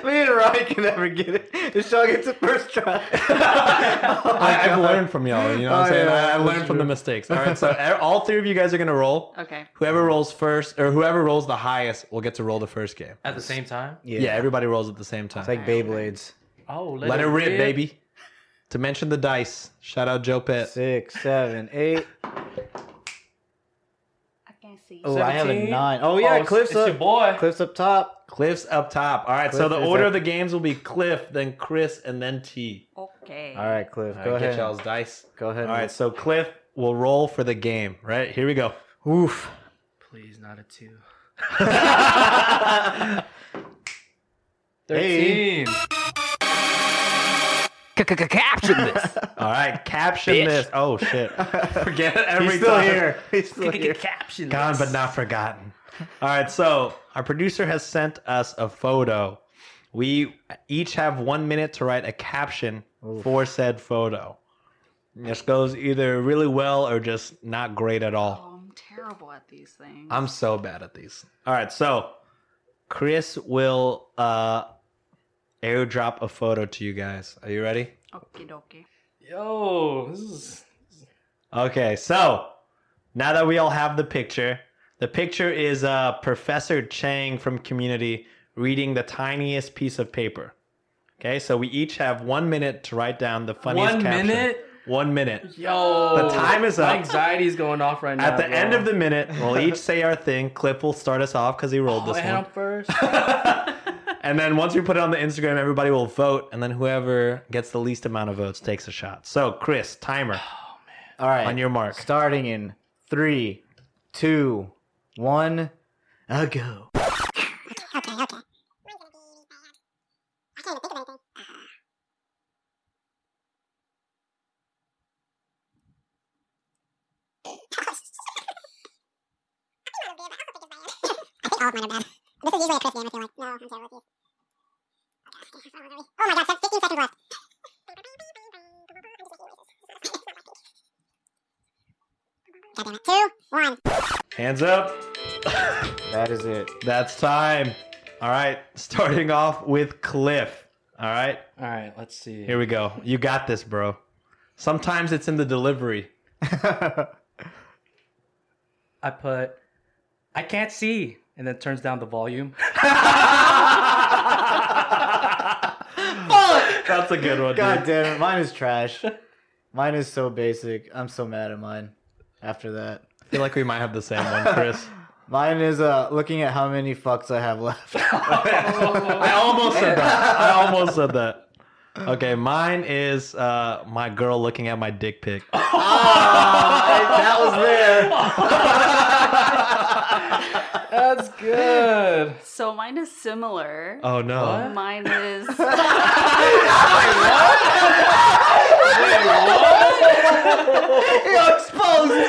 S4: Me and Ryan can never get it. It's all gets it first try.
S2: I, I've learned from y'all. You know what I'm
S4: Oh,
S2: saying? I,
S4: yeah,
S2: I
S4: that's
S2: learned from the mistakes. All right. So e- all three of you guys are going to roll.
S5: Okay.
S2: Whoever rolls first, or whoever rolls the highest, will get to roll the first game.
S3: At the same time.
S2: Yeah, everybody rolls at the same time.
S4: It's like Beyblades.
S3: Oh,
S2: let, it rip, baby. To mention the dice. Shout out Joe Pitt.
S4: Six, seven, eight.
S5: I can see.
S4: Oh, I have a
S3: 17.
S4: nine. Oh yeah,
S3: Oh, it's-
S4: Cliff's
S3: it's
S4: up.
S3: your boy.
S4: Cliff's up top.
S2: Cliff's up top. All right, so
S4: Cliff
S2: the
S4: is
S2: order
S4: up-
S2: of the games will be Cliff, then Chris, and then T.
S4: Oh.
S5: Okay.
S4: All right, Cliff.
S2: All right,
S4: go
S2: get
S4: ahead.
S2: y'all's dice.
S4: Go ahead.
S2: All right, so Cliff will roll for the game. Right here we go. Oof.
S3: Please, not a two.
S4: Hey.
S3: Thirteen.
S2: All right, caption this. Oh shit. Forget it every
S4: He's still
S2: time.
S4: here. He's still here.
S3: Caption.
S2: Gone but not forgotten. All right, so our producer has sent us a photo. We each have one minute to write a caption for said photo. This goes either really well or just not great at all.
S5: Oh, I'm terrible at these things.
S2: I'm so bad at these. All right, so Chris will uh airdrop a photo to you guys. Are you ready?
S5: Okie dokie.
S3: Yo, this is
S2: Okay, so now that we all have the picture, the picture is uh, Professor Chang from Community reading the tiniest piece of paper. Okay, so we each have one minute to write down the funniest
S3: one
S2: caption.
S3: minute.
S2: One minute.
S3: Yo,
S2: The time is
S3: my
S2: up.
S3: Anxiety is going off right now.
S2: At the end
S3: bro.
S2: of the minute, we'll each say our thing. Clip will start us off because he rolled
S3: oh,
S2: this
S3: I
S2: one.
S3: am first.
S2: and then once we put it on the Instagram, everybody will vote, and then whoever gets the least amount of votes takes a shot. So, Chris, timer
S4: All right.
S2: on your mark.
S4: Starting in three, two, one, a go.
S9: Oh my god, 15 seconds left. God damn it. Two, one.
S2: Hands up.
S4: That is it.
S2: That's time. All right, starting off with Cliff. All right,
S3: All right, let's see.
S2: here we go. You got this, bro. Sometimes it's in the delivery.
S3: I put, I can't see, and then turns down the volume.
S2: That's a good one.
S4: God
S2: Dude.
S4: damn it. Mine is trash. Mine is so basic. I'm so mad at mine after that.
S2: I feel like we might have the same one, Chris.
S4: Mine is uh looking at how many fucks I have left.
S2: I almost said that. I almost said that. Okay, mine is uh, my girl looking at my dick pic.
S5: Oh,
S4: that was there.
S3: That's good.
S5: So mine is similar.
S2: Oh
S3: Uh-huh.
S2: no!
S5: Mine is
S4: You're exposed.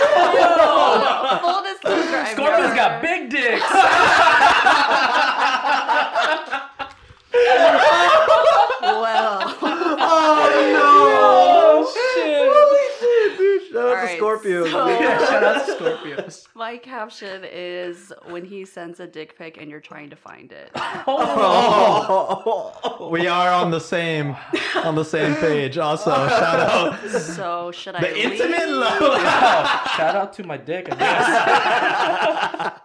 S5: full disclosure. I've
S3: Scorpio's
S5: never-
S3: got big dicks.
S5: Well,
S4: Oh, Shout out
S5: Oh, All
S4: to
S5: right,
S4: Scorpio.
S5: so-
S3: Shout out to Scorpios.
S5: my caption is when he sends a dick pic and you're trying to find it.
S2: We are on the same on the same page. Also, shout out
S5: So should I?
S2: the intimate
S5: leave?
S2: love.
S3: Shout out to my dick. I guess.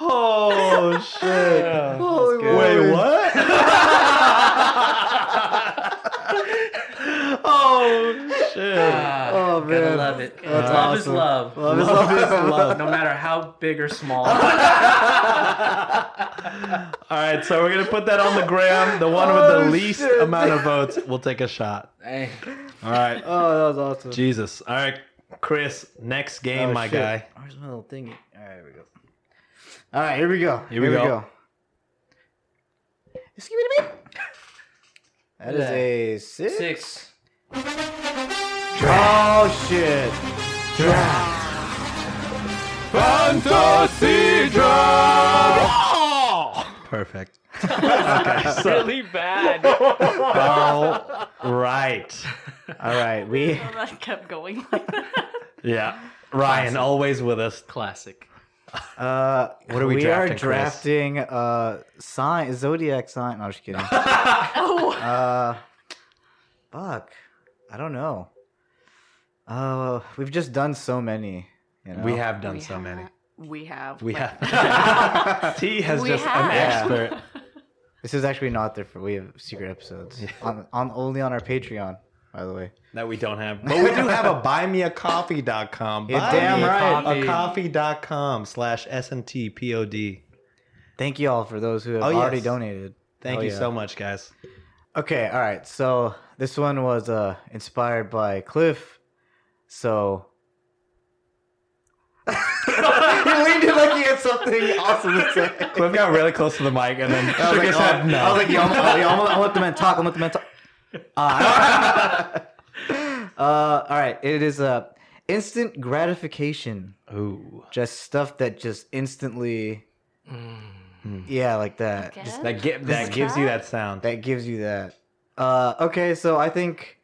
S2: Oh shit!
S3: Yeah.
S4: Holy
S2: Wait, what? oh
S5: Ah.
S2: shit!
S4: Oh,
S3: Gotta
S4: man.
S3: love it.
S4: That's
S3: love is
S4: awesome.
S3: love.
S4: Love is love.
S3: No matter how big or small.
S2: All right, so we're gonna put that on the gram. The one with the
S4: Oh,
S2: least
S4: shit.
S2: amount of votes will take a shot.
S3: Hey,
S2: All right,
S4: Oh, that was awesome.
S2: Jesus. All right, Chris. Next game,
S4: Oh,
S2: my
S4: shit.
S2: guy.
S4: Where's my little thingy? All right, here we go. All right, here we go.
S2: Here we go.
S4: Excuse me. That is
S3: Yeah.
S4: a six.
S3: six.
S4: Oh shit!
S1: Fantasy Draft!
S2: Perfect. okay, so
S6: Really bad.
S2: all right.
S4: All right, we.
S5: Oh, that kept going like that.
S2: Yeah, Ryan, always with us.
S3: Classic.
S4: Uh,
S2: What are we drafting,
S4: are
S2: Chris?
S4: drafting uh sign zodiac sign. No, I'm just kidding.
S5: Oh,
S4: uh, fuck. I don't know. Uh, we've just done so many. You know?
S2: We have done
S5: we
S2: so
S5: have-
S2: many.
S5: We have.
S2: We
S5: like,
S2: have. T has
S5: We
S2: just
S5: have.
S2: an expert.
S4: This is actually not there for. We have secret episodes on, on only on our Patreon, by the way.
S2: that we don't have. But we do have a buymeacoffee.com.
S4: You're damn
S2: Buy me
S4: right.
S2: A coffee.com slash SMTPOD.
S4: Thank you all for those who have
S2: Oh,
S4: already
S2: yes.
S4: donated.
S2: Thank
S4: Oh,
S2: you
S4: yeah.
S2: so much, guys.
S4: Okay, all right. So this one was uh, inspired by Cliff. So he leaned in like he had something awesome to say.
S2: Cliff got really close to the mic and then
S4: I was
S2: shook
S4: like,
S2: his
S4: oh,
S2: head. No.
S4: I was like, yo, I'm, I'm, I'm, I'm with the man talk. I'm with the man talk. Uh, uh, all right. It is uh, instant gratification.
S2: Ooh.
S4: Just stuff that just instantly.
S2: Mm.
S4: Yeah, like that.
S5: Okay.
S4: Just-
S2: That, gi- that gives you that sound.
S4: that gives you that. Uh, okay, so I think,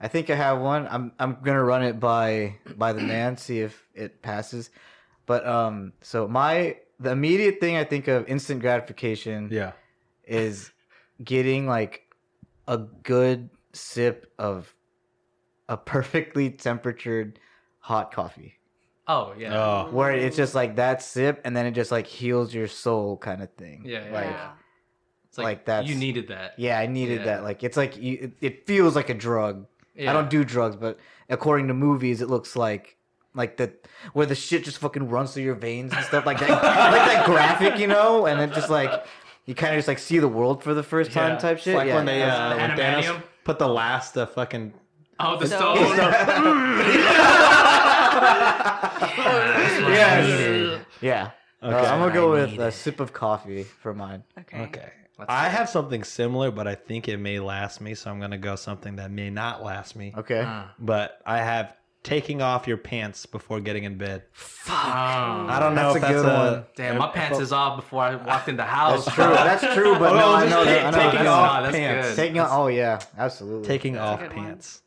S4: I think I have one. I'm I'm gonna run it by by the man, see if it passes. But um, so my the immediate thing I think of instant gratification
S10: Yeah.
S4: is getting like a good sip of a perfectly temperatured hot coffee
S3: Oh yeah.
S10: Oh.
S4: where it's just like that sip and then it just like heals your soul kind of thing
S3: Yeah, yeah,
S4: like
S5: yeah.
S3: It's like,
S4: like that's-
S3: you needed that.
S4: yeah i needed
S3: Yeah.
S4: that like it's like you, it, it feels like a drug
S3: Yeah.
S4: i don't do drugs but according to movies it looks like like the where the shit just fucking runs through your veins and stuff like that like that graphic you know and then just like you kind of just like see the world for the first time
S3: Yeah.
S4: type
S10: It's
S4: shit
S10: like
S4: yeah
S10: when they
S4: that's-
S10: uh, when
S3: Animanium?
S10: Thanos put the last uh, fucking
S3: Oh, the
S5: So-
S3: stone.
S4: Yes. yeah
S10: okay.
S4: Uh, I'm gonna go with
S3: need
S4: a
S3: it.
S4: sip of coffee for mine.
S5: Okay.
S10: okay.
S3: Let's
S10: I
S3: see.
S10: have something similar, but I think it may last me, so I'm gonna go something that may not last me.
S4: Okay.
S3: Uh,
S10: But I have taking off your pants before getting in bed.
S3: um,
S10: I don't know
S4: That's
S10: if
S4: a
S10: that's
S4: good
S10: a
S4: one.
S3: damn, my pants is off before I walked in the house.
S4: That's true. That's true. But
S10: Oh,
S4: no, I
S10: just
S4: know
S10: take-
S4: that. I know
S10: taking
S4: that's-
S10: off
S3: no, that's
S10: pants.
S3: good.
S4: Taking off. Oh yeah, absolutely.
S10: taking off
S5: good one.
S10: pants.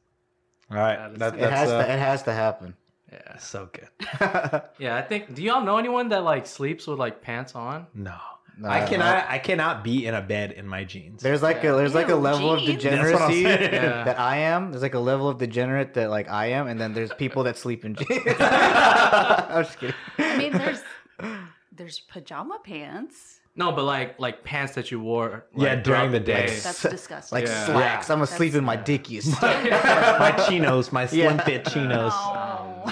S10: All right,
S3: That is
S10: that,
S3: good.
S4: It has to.
S10: that's uh,
S4: It has to happen.
S3: yeah.
S10: so good.
S3: yeah, I think. Do y'all know anyone that like sleeps with like pants on?
S10: No,
S4: No,
S10: I cannot. I cannot be in a bed in my jeans.
S4: There's like a there's like
S5: Ew,
S4: a level of
S5: jeans.
S10: That's what I'm
S4: degeneracy
S10: saying.
S3: Yeah.
S4: that I am. There's like a level of degenerate that like I am, and then there's people that sleep in jeans. I'm just kidding.
S5: I mean, there's there's pajama pants.
S3: No, but like like pants that you wore. Like,
S10: Yeah, during
S3: throughout
S10: the day.
S5: That's
S4: S-
S5: disgusting.
S4: like
S3: Yeah.
S4: slacks. I'm gonna
S5: That's-
S4: sleep in my dickiest.
S10: my chinos, my slim
S4: Yeah.
S10: fit chinos.
S5: Oh.
S3: I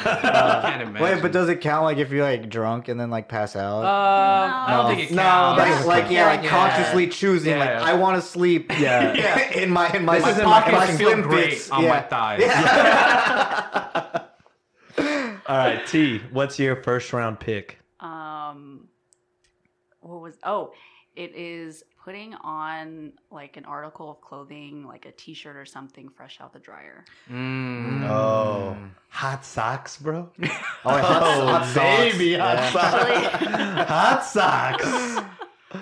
S3: can't imagine.
S4: Wait, but does it count like if you're like drunk and then like pass out?
S3: Um, I don't
S5: No.
S3: think it
S4: No,
S3: counts.
S4: like, like yeah, like
S3: Yeah.
S4: consciously choosing, like
S3: Yeah.
S4: I want to sleep,
S10: Yeah.
S4: in my in my,
S3: This is
S4: in
S3: in my
S4: my, in my
S3: fucking feel
S4: slim
S3: great
S4: fits,
S3: on
S4: yeah.
S3: my thighs.
S10: All right, T. What's your first round pick?
S5: um what was oh it is putting on like an article of clothing like a t-shirt or something fresh out the dryer
S3: Mm.
S10: Oh, hot socks, bro.
S4: Oh, wait, hot, hot socks.
S10: baby, hot
S4: yeah.
S10: socks. hot socks.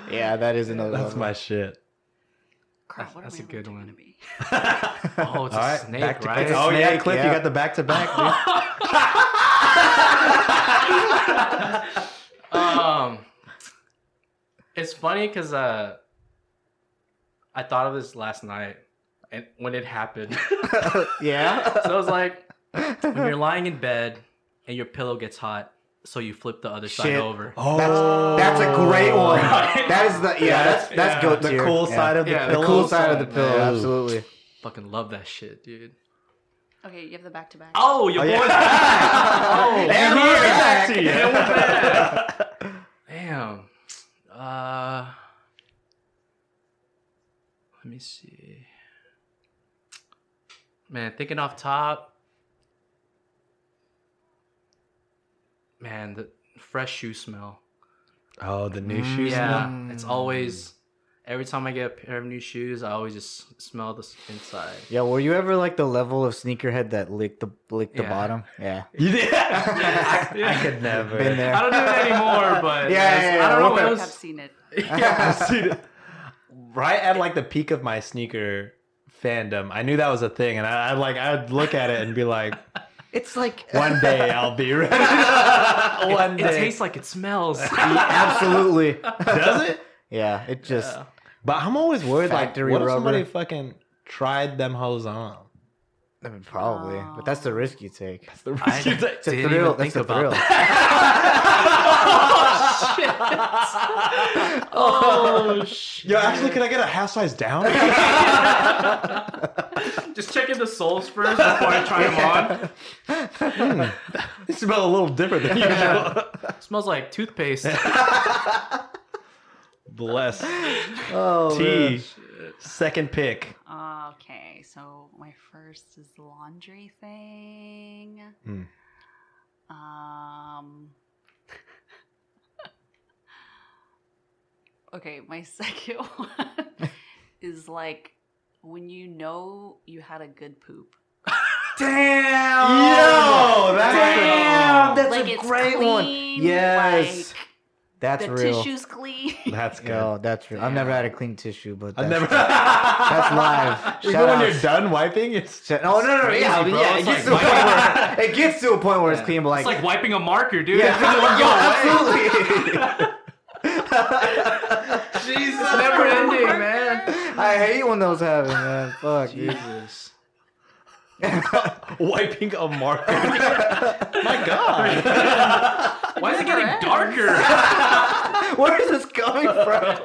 S4: Yeah, that is another.
S10: That's
S4: one.
S10: my shit.
S5: Crap,
S3: That's-
S5: what
S3: that's a
S5: am I
S3: good
S5: gonna
S3: one.
S5: be?
S3: Oh, it's a
S10: All right,
S3: snake,
S10: back to
S3: right?
S10: Cliff. Oh yeah,
S4: Snake,
S10: Cliff, you
S4: yeah.
S10: got the back to back, dude.
S3: um, it's funny because uh, I thought of this last night, and when it happened,
S4: yeah.
S3: so I was like, when you're lying in bed and your pillow gets hot, so you flip the other side
S4: Shit.
S3: over.
S10: Oh,
S4: That's a great one.
S3: Right.
S4: That is the yeah. That's that's
S3: Yeah.
S4: goat
S10: The
S4: tier.
S10: cool
S4: Yeah.
S10: side of the
S3: Yeah,
S10: pillow.
S3: the
S4: The cool side of the
S3: side,
S4: pillow.
S10: man.
S4: Absolutely.
S3: Fucking love that shit, dude.
S5: okay you have the back-to-back
S3: Oh, your
S10: Oh,
S3: boy's
S10: yeah.
S3: back. Oh,
S4: And
S3: damn.
S4: we're back.
S10: T.
S3: And we're back. Damn. Uh, let me see. Man, thinking off top. Man, the fresh shoe smell.
S10: Oh, the new
S4: Mm,
S10: shoes.
S3: yeah,
S10: now?
S3: it's always. Every time I get a pair of new shoes, I always just smell the s- inside.
S4: Yeah. Were you ever like the level of sneakerhead that licked the licked the
S3: Yeah.
S4: bottom? Yeah.
S10: You did.
S3: Yeah, I-
S10: I could never.
S4: Been there.
S3: I don't do it anymore, but
S4: Yeah,
S3: that's-
S4: yeah, yeah,
S3: I don't know what
S4: what the-
S5: i've
S3: else.
S5: seen it
S10: I've seen it. Right at like the peak of my sneaker fandom, I knew that was a thing, and I, I like I'd look at it and be like,
S4: It's like
S10: "One day I'll be ready." One
S3: It
S10: day,
S3: tastes like it smells.
S4: absolutely.
S10: does it?
S4: Yeah. It just.
S10: But I'm always worried,
S4: Factory
S10: like, what if somebody
S4: rubber.
S10: fucking tried them hoes on?
S4: I mean, probably, but that's the risk you take.
S10: That's the
S3: I
S10: risk you take.
S3: didn't
S4: It's a thrill.
S3: even
S4: That's
S3: think
S4: the
S3: about
S4: thrill.
S3: that. Oh shit!
S10: Yo, actually, can I get a half size down? Hmm.
S3: Just checking the soles first before I try them
S10: Hmm. they smell a little different than usual.
S3: on. Smells like toothpaste.
S10: Bless.
S4: Oh,
S10: T. Second pick.
S5: okay so my first is laundry thing
S10: Hmm.
S5: um okay my second one is like when you know you had a good poop
S4: Yo,
S10: that's
S4: damn,
S10: Damn,
S4: that's
S5: like
S4: a
S5: it's
S4: great
S5: clean,
S4: one. Yes.
S5: like,
S4: That's
S5: the
S4: real.
S5: tissue's clean.
S10: That's good.
S4: Yo, that's real. I've never had a clean tissue, but
S10: I've
S4: that's,
S10: never.
S4: that's live.
S10: Even
S4: Shout
S10: when
S4: out.
S10: you're done wiping, it's
S4: Shit. Oh no, no, no,
S10: Crazy,
S4: yeah, I mean,
S10: bro.
S4: yeah. It
S10: It's
S4: gets,
S10: like-
S4: to a point where, it gets to a point where it's clean, but like,
S3: It's like wiping a marker, dude.
S4: yeah, absolutely.
S3: Jesus, it's never ending, man.
S4: I hate when those happen, man. Fuck, dude.
S3: Jesus.
S10: wiping a marker. My God.
S3: Why is it getting
S5: ends.
S3: darker?
S4: Where is this coming from?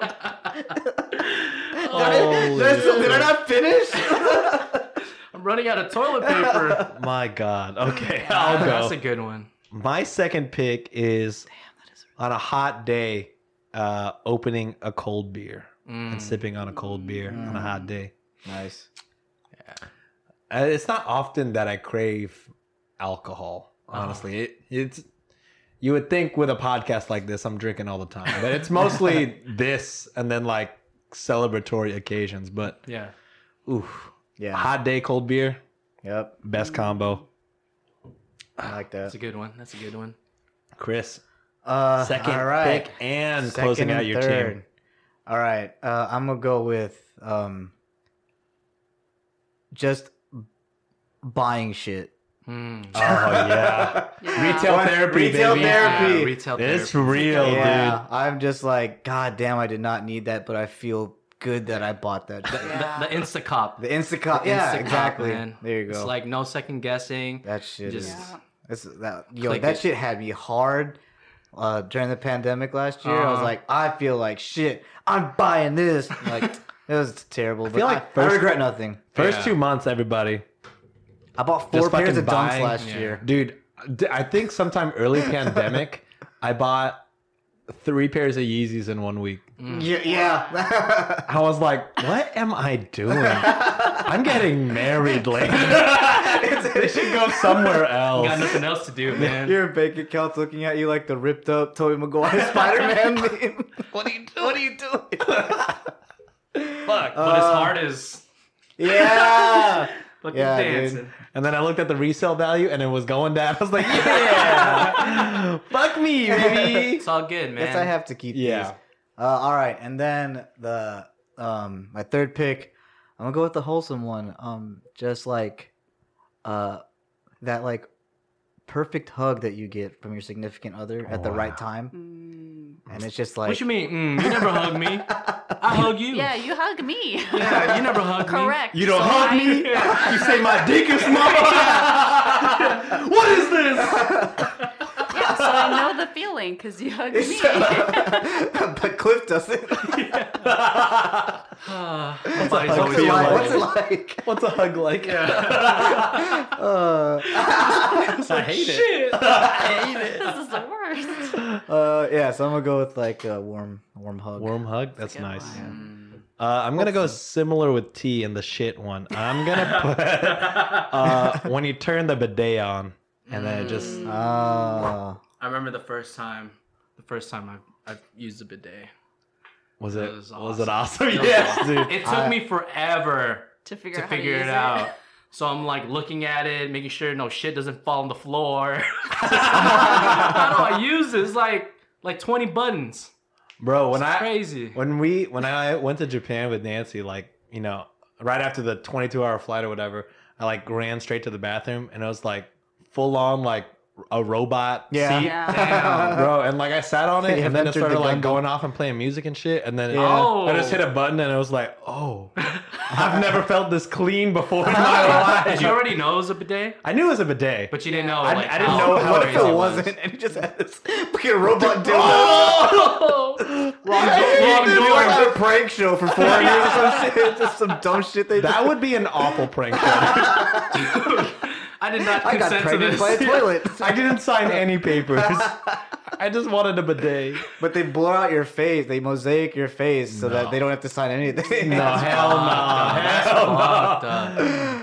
S4: That's- did I not finish?
S3: I'm running out of toilet paper.
S10: My God. Okay,
S3: Ah,
S10: I'll
S3: That's
S10: go.
S3: a good one.
S10: My second pick is on a hot day, uh, opening a cold beer and
S3: Mm.
S10: sipping on a cold beer on a hot day.
S4: nice.
S10: Uh, It's not often that I crave alcohol. Honestly, it, it's you would think with a podcast like this, I'm drinking all the time, but it's mostly this and then like celebratory occasions. But
S3: Yeah.
S10: oof,
S4: Yeah.
S10: hot day, cold beer,
S4: Yep.
S10: best combo.
S4: I like
S3: That's
S4: that.
S3: a good one. That's a good one.
S10: Chris,
S4: Uh,
S10: second
S4: all right.
S10: pick and
S4: Second
S10: closing
S4: and
S10: out your
S4: third.
S10: team.
S4: All right. Uh, I'm gonna go with um, just buying shit.
S3: Mm.
S10: Oh yeah,
S5: Yeah.
S10: retail therapy,
S4: Retail
S10: baby.
S4: therapy.
S3: Yeah, retail
S10: It's
S3: therapy.
S10: real,
S4: yeah,
S10: dude.
S4: I'm just like, god damn, I did not need that, but I feel good that I bought that. shit.
S5: Yeah.
S3: The, the Instacop.
S4: The Instacop. Yeah,
S3: Instacop,
S4: exactly.
S3: man.
S4: There you go.
S3: It's like no second guessing.
S4: that shit
S3: just-
S4: is.
S5: Yeah.
S4: It's, that yo,
S3: Click
S4: that
S3: it.
S4: shit had me hard. Uh, during the pandemic last year, I was
S3: Uh-huh.
S4: like, I feel like shit. I'm buying this. Like it was terrible. but
S10: feel
S4: I,
S10: like
S4: I
S10: first-
S4: regret nothing.
S10: First
S3: Yeah.
S10: two months, everybody,
S4: I bought
S10: Just
S4: four pairs
S10: fucking
S4: of
S10: buying-
S4: dunks last
S3: yeah.
S4: year.
S10: dude. d- I think sometime early pandemic, I bought three pairs of Yeezys in one week.
S3: Mm.
S4: Yeah, yeah.
S10: I was like, "What am I doing? I'm getting married later. They should go somewhere
S3: Got
S10: else."
S3: nothing else to do, man.
S4: Your bank account's looking at you like the ripped up Tobey Maguire Spider Man meme. What are you doing? What are you doing?
S3: Fuck. But as
S4: Uh,
S3: hard as
S4: yeah.
S3: fucking
S4: yeah, dude.
S3: dancing.
S10: And then I looked at the resale value, and it was going down. I was like, "Yeah, fuck me, baby."
S3: It's all good, man.
S4: Guess I have to keep
S10: Yeah,
S4: these. Uh, all right, and then the um my third pick, I'm gonna go with the wholesome one. Um, just like, uh, that like perfect hug that you get from your significant other at the right time,
S5: Mm.
S4: and it's just like
S3: what you mean? Mm, you never hug me. I hug you.
S5: Yeah, you hug me.
S3: Yeah, you never hug me.
S5: Correct.
S10: you don't
S5: So
S10: hug
S5: I-
S10: me. You say my dick is small. what is this?
S5: Yeah, so I know the feeling because you hugged me.
S4: but Cliff doesn't.
S3: Ah, my body's
S10: hug
S3: always
S4: What's it like?
S10: like-
S4: What's it like?
S10: What's a hug like?
S4: Uh,
S10: I hate it.
S5: this is the worst.
S4: uh, yeah, so I'm gonna go with like a warm, warm hug.
S10: Warm hug. That's
S5: good
S10: nice.
S5: one.
S10: Uh, I'm gonna go similar with tea and the shit one. I'm gonna put uh, when you turn the bidet on, and then it just
S4: Uh,
S3: I remember the first time, the first time I I used a bidet.
S10: was it
S3: That was
S10: was it
S3: awesome.
S10: awesome?
S3: That was
S10: Yes,
S3: awesome.
S10: dude.
S3: It took
S4: I-
S3: me forever
S5: To figure
S3: to
S5: out how to
S3: figure
S5: use
S3: it out. So I'm like looking at it, making sure no shit doesn't fall on the floor. How do I use this? Like like 20 buttons.
S10: Bro, when
S3: It's
S10: I
S3: crazy.
S10: when we when I went to Japan with Nancy, like you know, right after the 22 hour flight or whatever, I like ran straight to the bathroom, and I was like full on like a robot
S4: Yeah.
S10: seat.
S5: Yeah.
S3: Damn.
S10: Bro, and like I sat on it,
S4: You
S10: and then it
S4: entered
S10: started
S4: the
S10: like
S4: Gundam.
S10: going off and playing music and shit, and then
S3: Yeah.
S10: I just hit a button, and it was like, oh, I've never felt this clean before in my
S3: She
S10: life.
S3: already knows a bidet,
S10: I knew it was a bidet.
S3: but she didn't know.
S10: I-
S3: like,
S10: I didn't know how
S4: what if
S3: crazy
S4: it
S3: was.
S4: wasn't? And it just had this fucking robot dude.
S10: Oh!
S3: Wrong
S4: Wrong
S3: door.
S4: door. Like a prank show for four years or some shit. Just some dumb shit they
S10: that
S4: do.
S10: would be an awful prank. Show.
S3: I did not
S4: I got
S3: consent to
S4: pregnant
S3: this.
S4: by a toilet.
S10: I didn't sign any papers. I just wanted a bidet.
S4: But they blur out your face. They mosaic your face so that they don't have to sign anything.
S10: No, hell no,
S3: Oh, That's
S10: hell
S3: fucked
S10: no,
S3: up.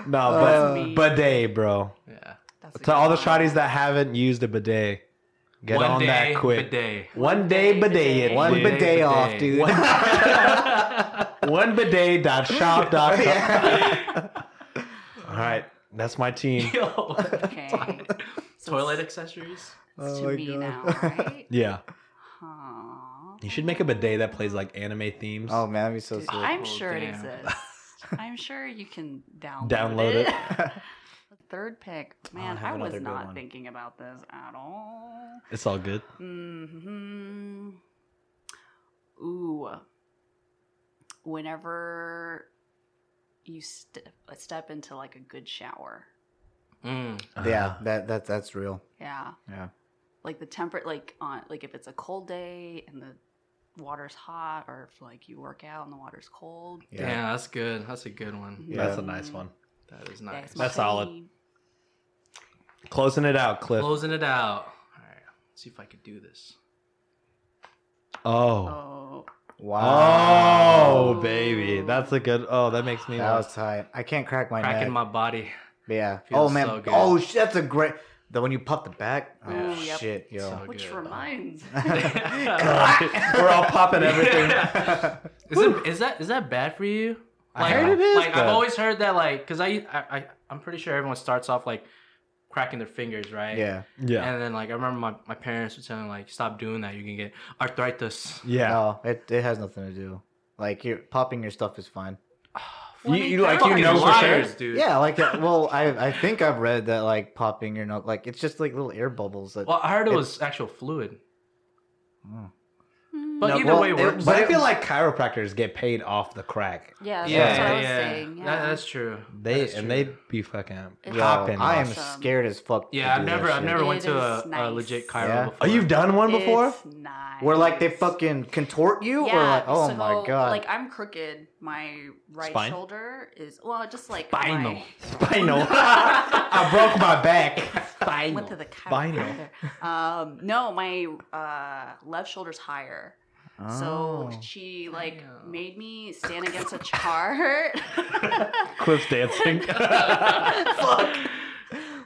S10: no,
S5: That's
S10: but
S5: mean.
S10: bidet, bro.
S3: Yeah.
S5: That's a
S10: To
S5: good
S10: all the
S5: one.
S10: shotties that haven't used a bidet, get
S3: One
S10: on
S3: day,
S10: that quick.
S3: bidet.
S10: One day bidet,
S5: bidet.
S10: it,
S4: One
S10: dude.
S4: bidet,
S3: bidet.
S4: off, dude.
S10: One bidet dot shop dot All right, that's my team.
S3: Yo.
S5: Okay.
S10: Oh
S3: Toilet accessories.
S5: It's
S4: Oh
S5: to
S4: my
S5: me
S4: God.
S5: now, right?
S10: Yeah.
S5: Huh.
S10: You should make up a day that plays like anime themes.
S4: Oh man, that'd be so sick.
S5: I'm
S3: Oh,
S5: sure it
S3: damn.
S5: exists. I'm sure you can download,
S10: Download
S5: it.
S10: it.
S5: The Third pick.
S4: I
S5: Man,
S4: have
S5: I was
S4: another good
S5: not
S4: one.
S5: thinking about this at all.
S10: It's all good.
S5: hmm Ooh. Whenever you st- step into like a good shower.
S3: Mm.
S10: Uh, Uh-huh.
S4: Yeah, that that that's real.
S5: Yeah.
S4: Yeah.
S5: Like the temper like on like if it's a cold day and the water's hot or if like you work out and the water's cold.
S3: Yeah. that's good. That's a good one.
S5: Mhm.
S10: That's a nice one.
S3: That is
S5: Yeah,
S3: nice.
S5: it's my
S10: That's solid.
S5: thing.
S10: Closing it out, Cliff.
S3: Closing it out. All right. Let's see if I can do this.
S10: Oh.
S5: Oh.
S10: Oh,
S5: Oh.
S10: baby. That's a good. Oh, that makes me.
S4: That was tight. I can't crack my
S3: Cracking
S4: neck.
S3: my body.
S4: yeah.
S3: feels
S4: Oh man.
S3: so good.
S4: oh, sh- that's a great. The when you pop the back. Oh
S5: Ooh, yep.
S4: shit, yo.
S3: So
S5: Which
S3: good.
S5: reminds
S10: We're all popping everything.
S3: Is, it, is that is that bad for you?
S10: I
S3: Like,
S10: heard it is
S3: Like
S10: bad.
S3: I've always heard that. Like because I, I I I'm pretty sure everyone starts off like cracking their fingers, right?
S4: Yeah.
S10: Yeah.
S3: And then like I remember my, my parents would telling like stop doing that. You can get arthritis.
S10: Yeah.
S4: No, it, it has nothing to do. Like your popping your stuff is fine.
S10: You- you like, you
S3: Fucking
S10: know for sure?
S3: liars, dude.
S4: Yeah, like that. Well, I I think I've read that like popping your nose, like it's just like little air bubbles. That,
S3: Well, I heard it
S4: It-
S3: was actual fluid.
S4: Mm.
S3: But
S4: No,
S3: either
S4: well,
S3: way,
S4: it-
S3: it works.
S10: But I feel like chiropractors get paid off the crack.
S5: Yeah, that's
S10: Yeah,
S5: what I was saying. Yeah.
S3: That- that's true.
S10: They
S3: That's
S10: and
S3: true.
S10: they be fucking
S5: It's
S4: Yo,
S10: popping.
S4: I am
S5: awesome.
S4: scared as fuck. to
S3: Yeah, I've
S4: do that
S3: never, I've
S4: shit.
S3: never went
S5: It
S3: to
S5: is
S3: a, a
S5: nice.
S3: legit Cairo
S4: Yeah.
S3: before.
S10: Oh, you've done one before?
S5: It's nice.
S4: Where like they fucking contort you, or like, oh
S5: so,
S4: my god,
S5: Like I'm crooked. My right
S10: Spine?
S5: shoulder is well, just like
S3: Spinal.
S5: My,
S10: Spinal. I broke my back.
S5: I went to the
S10: Spinal.
S5: chiropractor. Um, no, my uh, left shoulder's higher. So
S4: Oh.
S5: she like
S3: Damn.
S5: made me stand against a chart.
S10: Cliff's dancing.
S5: Fuck.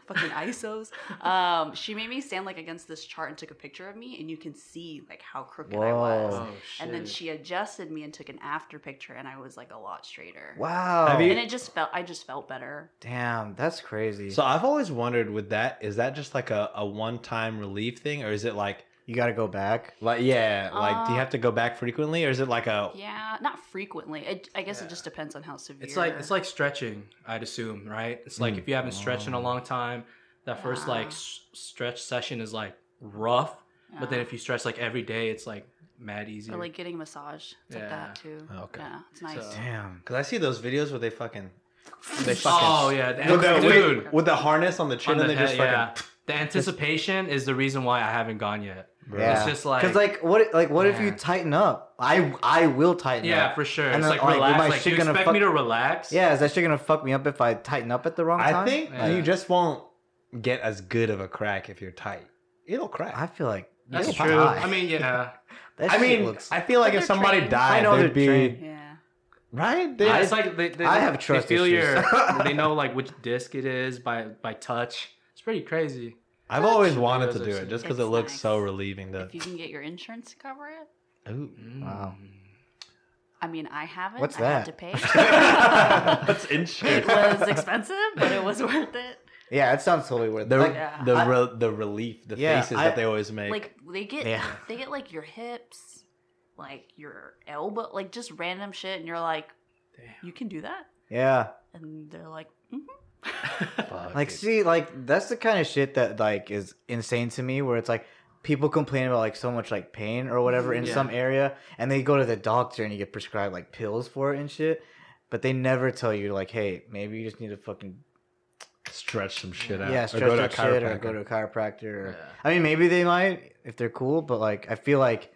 S5: Fucking ISOs. Um, she made me stand like against this chart and took a picture of me, and you can see like how crooked I was.
S4: Whoa.
S3: Oh, shit.
S5: And then she adjusted me and took an after picture, and I was like a lot straighter.
S4: wow,
S10: Have you-
S5: And it just felt, I just felt better.
S4: damn, that's crazy.
S10: so I've always wondered with that, is that just like a, a one time relief thing? Or is it like
S4: you got to go back.
S10: like yeah, like do you
S5: Uh,
S10: have to go back frequently or is it like a
S5: Yeah, not frequently. It, I guess
S3: Yeah.
S5: it just depends on how severe.
S3: it's like it's like stretching. I'd assume, right? It's like
S10: Mm.
S3: if you haven't stretched in a long time, that first
S5: Yeah.
S3: like s- stretch session is like rough. But then
S5: Yeah.
S3: if you stretch like every day, it's like mad easy.
S5: uh, or like getting a massage, it's
S3: Yeah.
S5: like
S3: Oh,
S5: that too.
S10: Okay.
S5: Yeah, it's nice.
S3: So-
S4: Damn.
S10: Cuz I see those videos where they fucking they fucking
S3: oh yeah, the,
S10: with the,
S3: dude.
S10: with- with the harness on the chin
S3: on
S10: and
S3: the
S10: they just
S3: head,
S10: fucking
S3: yeah. The anticipation is the reason why I haven't gone yet.
S4: Yeah.
S3: It's just like,
S4: Cause like what like what if you
S3: Yeah.
S4: tighten up? I I will tighten
S3: yeah,
S4: up.
S3: for sure.
S4: And
S3: it's
S4: then,
S3: like,
S4: like,
S3: relax.
S4: am I
S3: Like,
S4: shit
S3: you
S4: gonna
S3: expect
S4: fuck-
S3: me to relax?
S4: Yeah, is that shit gonna fuck me up if I tighten up at the wrong time?
S10: I think
S3: Yeah.
S10: you just won't get as good of a crack if you're tight. It'll crack.
S4: I feel like
S3: that's
S4: You'll
S3: true.
S4: die.
S3: I mean, yeah.
S4: That
S10: I
S4: shit
S10: mean,
S4: looks-
S10: I feel like
S5: But they're
S10: if somebody
S5: trained.
S10: died,
S4: I know
S10: they'd
S4: they're
S10: be
S4: trained.
S5: yeah.
S10: right. They-
S3: Yeah, it's like they, they,
S4: I
S3: they-
S4: have
S3: they
S4: trust
S3: feel
S4: issues.
S3: your, they know like which disc it is by by touch. It's pretty crazy.
S10: I've always
S3: Touch.
S10: wanted to
S3: Videos
S10: do
S3: I've
S10: it just
S5: seen.
S10: because it
S5: It's
S10: looks so
S5: nice.
S10: relieving. To
S5: If you can get your insurance to cover it,
S10: Ooh.
S4: Wow.
S3: Mm.
S5: I mean, I haven't.
S4: What's
S5: I had
S4: that?
S5: to pay.
S10: that's
S5: it
S10: insurance.
S5: was expensive, but it was worth it.
S4: yeah, it sounds totally worth it.
S10: The
S4: Like,
S5: Yeah.
S10: the
S4: I-
S10: re- the relief, the
S4: Yeah,
S10: faces
S4: I-
S10: that they always make.
S5: Like they get,
S4: Yeah.
S5: they get like your hips, like your elbow, like just random shit, and you're like, you can do that,
S4: yeah,
S5: and they're like, mhm.
S10: Fuck
S4: like
S10: it.
S4: see, like that's the kind of shit that like is insane to me. Where it's like people complain about like so much like pain or whatever in
S3: Yeah.
S4: some area, and they go to the doctor and you get prescribed like pills for it and shit, but they never tell you like, hey, maybe you just need to fucking
S10: stretch some shit out.
S4: yeah,
S10: or
S4: stretch
S10: go to a
S4: that shit or
S10: chiropractor.
S4: go to a chiropractor. Or,
S3: Yeah.
S4: I mean, maybe they might if they're cool, but like I feel like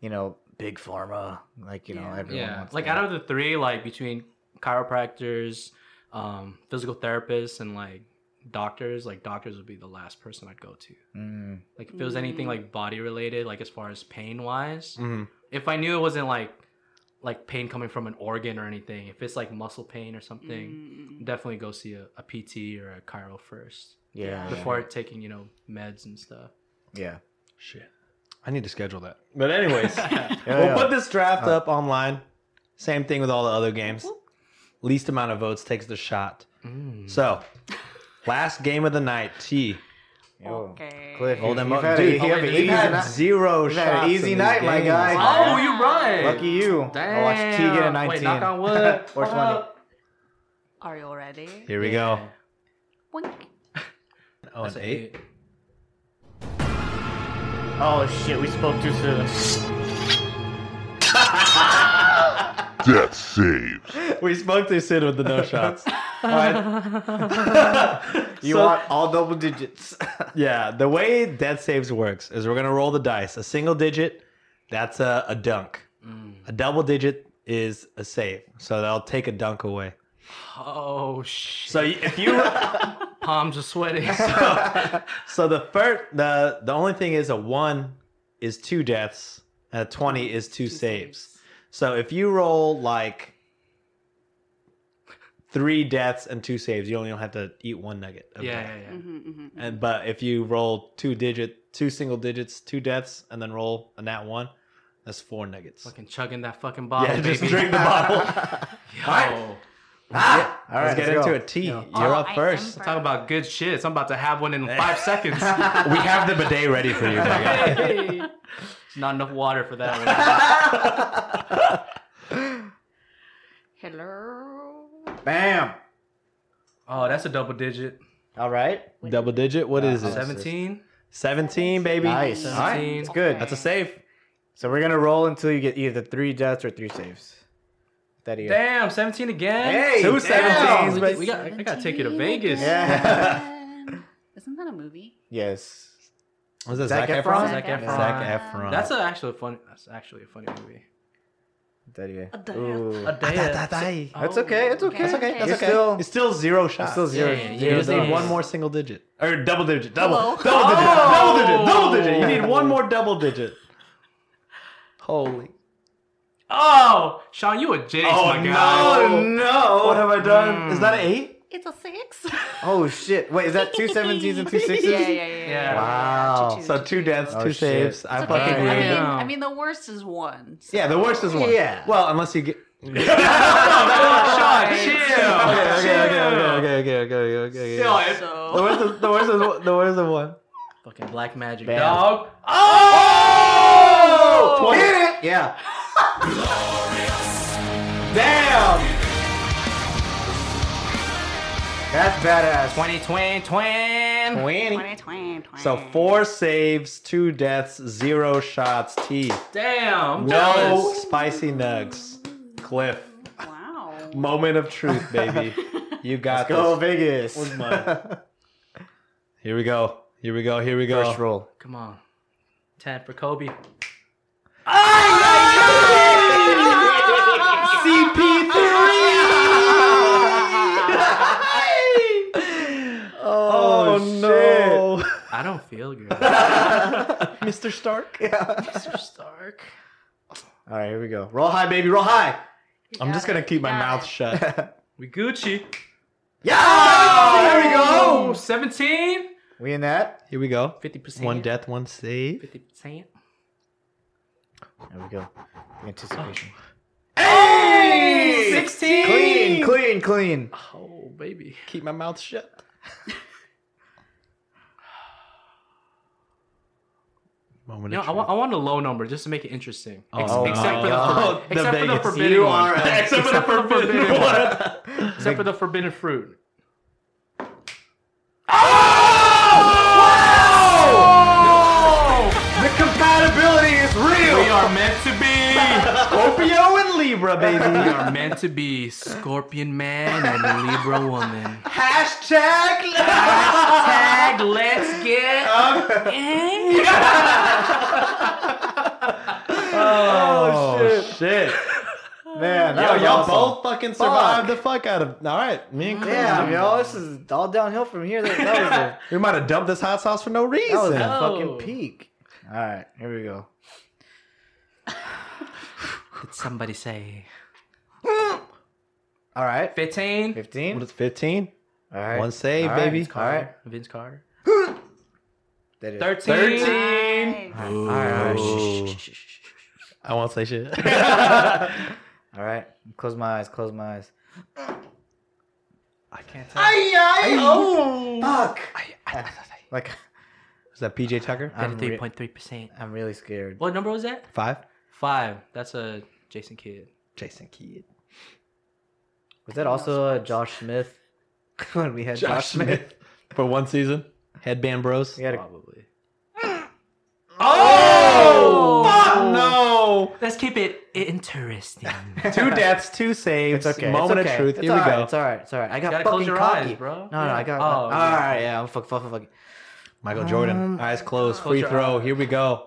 S4: you know, big pharma, like you know,
S5: Yeah.
S4: everyone
S3: Yeah.
S4: wants
S3: Like
S4: that.
S3: out of the three, like between chiropractors, um, physical therapists, and like doctors, like doctors would be the last person I'd go to.
S4: Mm.
S3: Like if it was anything
S5: Mm.
S3: like body related, like as far as pain wise,
S4: Mm-hmm.
S10: Mhm.
S3: if I knew it wasn't like like pain coming from an organ or anything, if it's like muscle pain or something,
S5: Mm,
S3: definitely go see a, a PT or a chiro first
S4: Yeah, yeah,
S3: before taking you know meds and stuff.
S4: yeah.
S10: Shit, I need to schedule that. But anyways,
S4: Yeah,
S10: we'll
S4: yeah.
S10: put this draft
S4: Oh.
S10: up online. Same thing with all the other games. Least amount of votes takes the shot.
S3: Mm.
S10: So, last game of the night, T.
S5: Okay.
S4: Cliff,
S10: Hold
S4: you've-
S10: them
S4: you've
S10: up,
S4: had a-
S10: dude.
S4: you've had an
S10: you've
S4: easy
S10: had
S4: night.
S10: zero
S4: You've
S10: shots.
S4: had an easy
S10: in these
S4: night, my
S10: games.
S4: guy.
S3: Oh, you're right.
S4: Lucky you. I watched T get a
S3: Damn.
S4: 19.
S3: Wait, knock on wood.
S4: or 20.
S5: Are you all ready?
S10: Here we go.
S5: Boink.
S10: Oh, an eight.
S11: Oh shit, we spoke too soon.
S12: Death saves.
S10: We smoked this in with the no shots.
S4: You
S10: So-
S4: want all double digits.
S10: Yeah, the way death saves works is we're gonna roll the dice. A single digit, that's a, a dunk.
S3: Mm.
S10: A double digit is a save, so they'll take a dunk away.
S3: Oh shit.
S10: So y- if you,
S3: palms are sweating.
S10: so the first, the the only thing is a one is two deaths, and a twenty is two, saves. So if you roll like three deaths and two saves, you only have to eat one nugget.
S3: yeah,
S10: of death.
S3: yeah, yeah.
S5: Mm-hmm, hmm
S10: And but if you roll two digit, two single digits, two deaths, and then roll a nat one, that's four nuggets.
S3: Fucking chugging that fucking bottle,
S10: yeah,
S3: baby.
S10: just drink the bottle.
S3: Yo,
S10: Alright.
S4: All right,
S10: let's get
S4: let's
S10: into
S4: go.
S10: it. T,
S4: Yeah.
S10: you're
S5: Oh, I
S10: up
S5: am
S10: first.
S5: first.
S3: talk about good shits. I'm about to have one in five seconds.
S10: we have the bidet ready for you. My guy.
S3: Hey. Not enough water for that
S5: Hello.
S4: Bam.
S3: one. Oh, that's a double digit.
S4: All right.
S10: Double digit. What is it?
S3: Seventeen.
S10: Seventeen, baby.
S4: Nice.
S10: All right,
S3: Seventeen.
S4: It's good.
S10: that's a save.
S4: So we're gonna roll until you get either three deaths or three saves. That is.
S3: Damn, seventeen again.
S4: Hey,
S10: Two
S4: damn.
S10: seventeens,
S3: We
S10: baby.
S3: got- we got. I gotta take you to Vegas.
S4: Yeah.
S5: Um, Isn't that a movie?
S4: yes.
S10: Was that
S4: Zac
S10: Zac,
S4: Efron?
S10: Efron?
S3: Zac Efron.
S10: Zac Efron.
S3: That's a, actually a funny. That's actually a funny movie.
S4: That is.
S5: A death.
S10: Ah,
S4: Ooh.
S3: A day.
S10: That's
S4: That's okay. It's okay.
S5: That's okay, that's
S4: You're
S10: okay.
S4: Still,
S10: It's still zero shots.
S4: it's still zero.
S3: Yeah, yeah,
S10: You
S4: zero
S10: just need
S4: dollars.
S10: one more single digit or double digit, double,
S5: Hello. Oh.
S10: double digit, Oh, double digit, double digit. You need
S3: Oh.
S10: one more double digit. Holy!
S3: Oh, Sean, you a jinx, my guy.
S4: Oh no! Mm.
S10: What have I done? Is that an eight?
S5: It's a six.
S4: Oh shit! Wait, is that two seventeens and two sixes?
S5: Yeah, yeah, yeah. yeah, yeah.
S4: Wow.
S5: Two, two,
S10: So two deaths,
S4: Oh,
S10: two
S4: shit.
S10: saves. I
S5: It's
S10: fucking
S5: okay. I
S10: agree.
S5: mean,
S3: Yeah.
S5: I mean, the worst is one. so-
S10: Yeah, the worst is one.
S4: Yeah.
S10: Well, unless you get. Sean,
S5: chill.
S10: Okay, okay, okay, okay, okay, okay, okay, okay. okay. The
S5: So
S10: worst is the worst is one- the worst is one.
S3: Fucking black magic
S4: Bam.
S3: dog.
S4: Oh! Hit it! Yeah. Damn. That's badass.
S3: 20, 20, 20.
S4: Twenty.
S5: 20, 20, 20.
S10: So four saves, two deaths, zero shots. T.
S3: Damn.
S10: No spicy nugs. Cliff.
S5: Wow.
S10: Moment of truth, baby. You got
S4: Let's go
S10: this.
S4: Vegas.
S10: Where's mine? Here we go. Here we go. Here we go.
S4: First roll.
S3: Come on. 10 for Kobe.
S10: Oh, no.
S3: I don't feel good.
S10: Mr. Stark.
S3: Mr. Stark.
S4: All right, here we go. Roll high, baby. Roll high.
S5: You
S10: I'm
S5: got
S10: just
S5: it,
S10: going to keep
S5: you
S10: my
S5: got
S10: mouth
S5: it.
S10: shut.
S3: We Gucci.
S4: Yeah. There we go.
S3: Oh, 17.
S4: We in that?
S10: Here we go.
S3: 50%.
S10: One death, one save.
S3: 50%.
S4: There we go. Anticipation.
S3: 16.
S4: Clean, clean, clean.
S3: Oh, baby.
S10: Keep my mouth shut. Moment
S3: You know,
S10: of
S3: I, want, I want a low number just to make it interesting.
S10: Oh,
S3: Ex-
S10: my
S3: except for
S10: God.
S3: Oh, the,
S10: The
S3: except for the
S10: Vegas.
S3: forbidden
S4: You
S3: one.
S4: are a-
S3: except for the forbidden
S10: truth.
S3: one.
S10: What?
S3: Except for the forbidden fruit.
S10: Oh!
S4: The compatibility is
S3: We
S4: real.
S3: are meant to be.
S10: Scorpio and Libra,
S3: we
S10: baby.
S3: are meant to be Scorpion Man and Libra Woman.
S4: Hashtag.
S3: Tag, let's get
S10: Oh,
S4: shit.
S10: shit.
S4: Man, that
S10: Yo,
S4: was
S10: y'all
S4: awesome.
S10: both fucking survived the fuck out of. All right, me and Chris.
S4: Damn, yo, this is all downhill from here. That, that was a,
S10: We might have dumped this hot sauce for no reason.
S4: that was a
S3: No.
S4: fucking peak. All right, here we go.
S3: Did somebody say
S4: All right,
S3: 15?
S4: 15.
S10: What is 15?
S4: all right,
S10: One save,
S4: All right,
S10: baby.
S4: it's All right,
S3: Vince Carter.
S4: that is.
S3: 13.
S5: Nice.
S4: All right, all right, shh, shh, shh, shh, shh, shh.
S10: I won't say shit.
S4: all right. Close my eyes. Close my eyes.
S3: I can't tell.
S4: Oh, fuck. Like,
S10: that PJ Tucker?
S4: I'm re-
S3: 33.3%.
S4: I'm really scared.
S3: What number was that?
S10: Five.
S3: Five. That's a Jason Kidd.
S10: Jason Kidd.
S4: Was that also uh, Josh Smith? when we had Josh,
S10: Josh
S4: Smith.
S10: Smith for one season. Headband Bros.
S4: We had a,
S3: Probably.
S10: Oh, fuck
S3: Let's keep it interesting.
S10: Oh, no! Two deaths, two saves.
S4: it's okay. it's
S10: Moment
S4: okay.
S10: of truth.
S4: It's
S10: Here we
S4: all right,
S10: go.
S4: It's all right. It's all right. I got
S3: gotta
S4: fucking
S3: close your
S4: cocky.
S3: eyes, bro.
S4: No, no, I got.
S3: Oh,
S4: all
S3: yeah.
S4: right, yeah. I'm fuck, fuck, fuck, fuck.
S10: Michael Jordan.
S4: Um,
S10: Eyes closed.
S3: Close
S10: Free
S3: your
S10: throw.
S3: eyes.
S10: Here we go.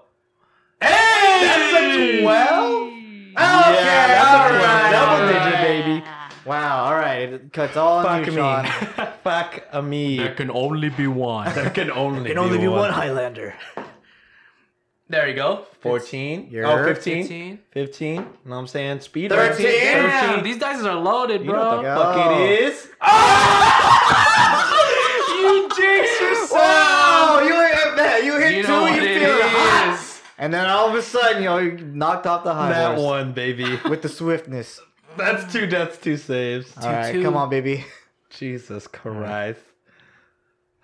S10: Hey! That's a 12? Okay,
S4: that's a
S10: all right.
S4: 12.
S10: Double digit, baby.
S5: Yeah.
S4: Wow. All right. It cuts all on
S10: Fuck
S4: you,
S10: me.
S4: Sean.
S10: Fuck a me.
S3: can only be one.
S10: There can only
S4: Can only be one Highlander.
S3: there you go.
S10: 14.
S4: You're-
S10: Oh, 15. 15.
S3: 15.
S10: You know what I'm saying? Speed.
S4: 13.
S3: Damn,
S10: 13.
S3: these dices are loaded,
S10: You know what
S3: bro.
S10: the
S4: Bro.
S10: fuck
S4: Yo.
S10: it is?
S3: You jinx
S4: Wow! You hit that. You hit
S3: You
S4: two.
S3: know what
S4: you
S3: it
S4: feel hot.
S3: is.
S4: And then all of a sudden, you know, you knocked off the high
S10: That
S4: horse
S10: one, baby.
S4: with the swiftness.
S10: That's two deaths, two saves.
S4: all right, come on, baby.
S10: Jesus Christ.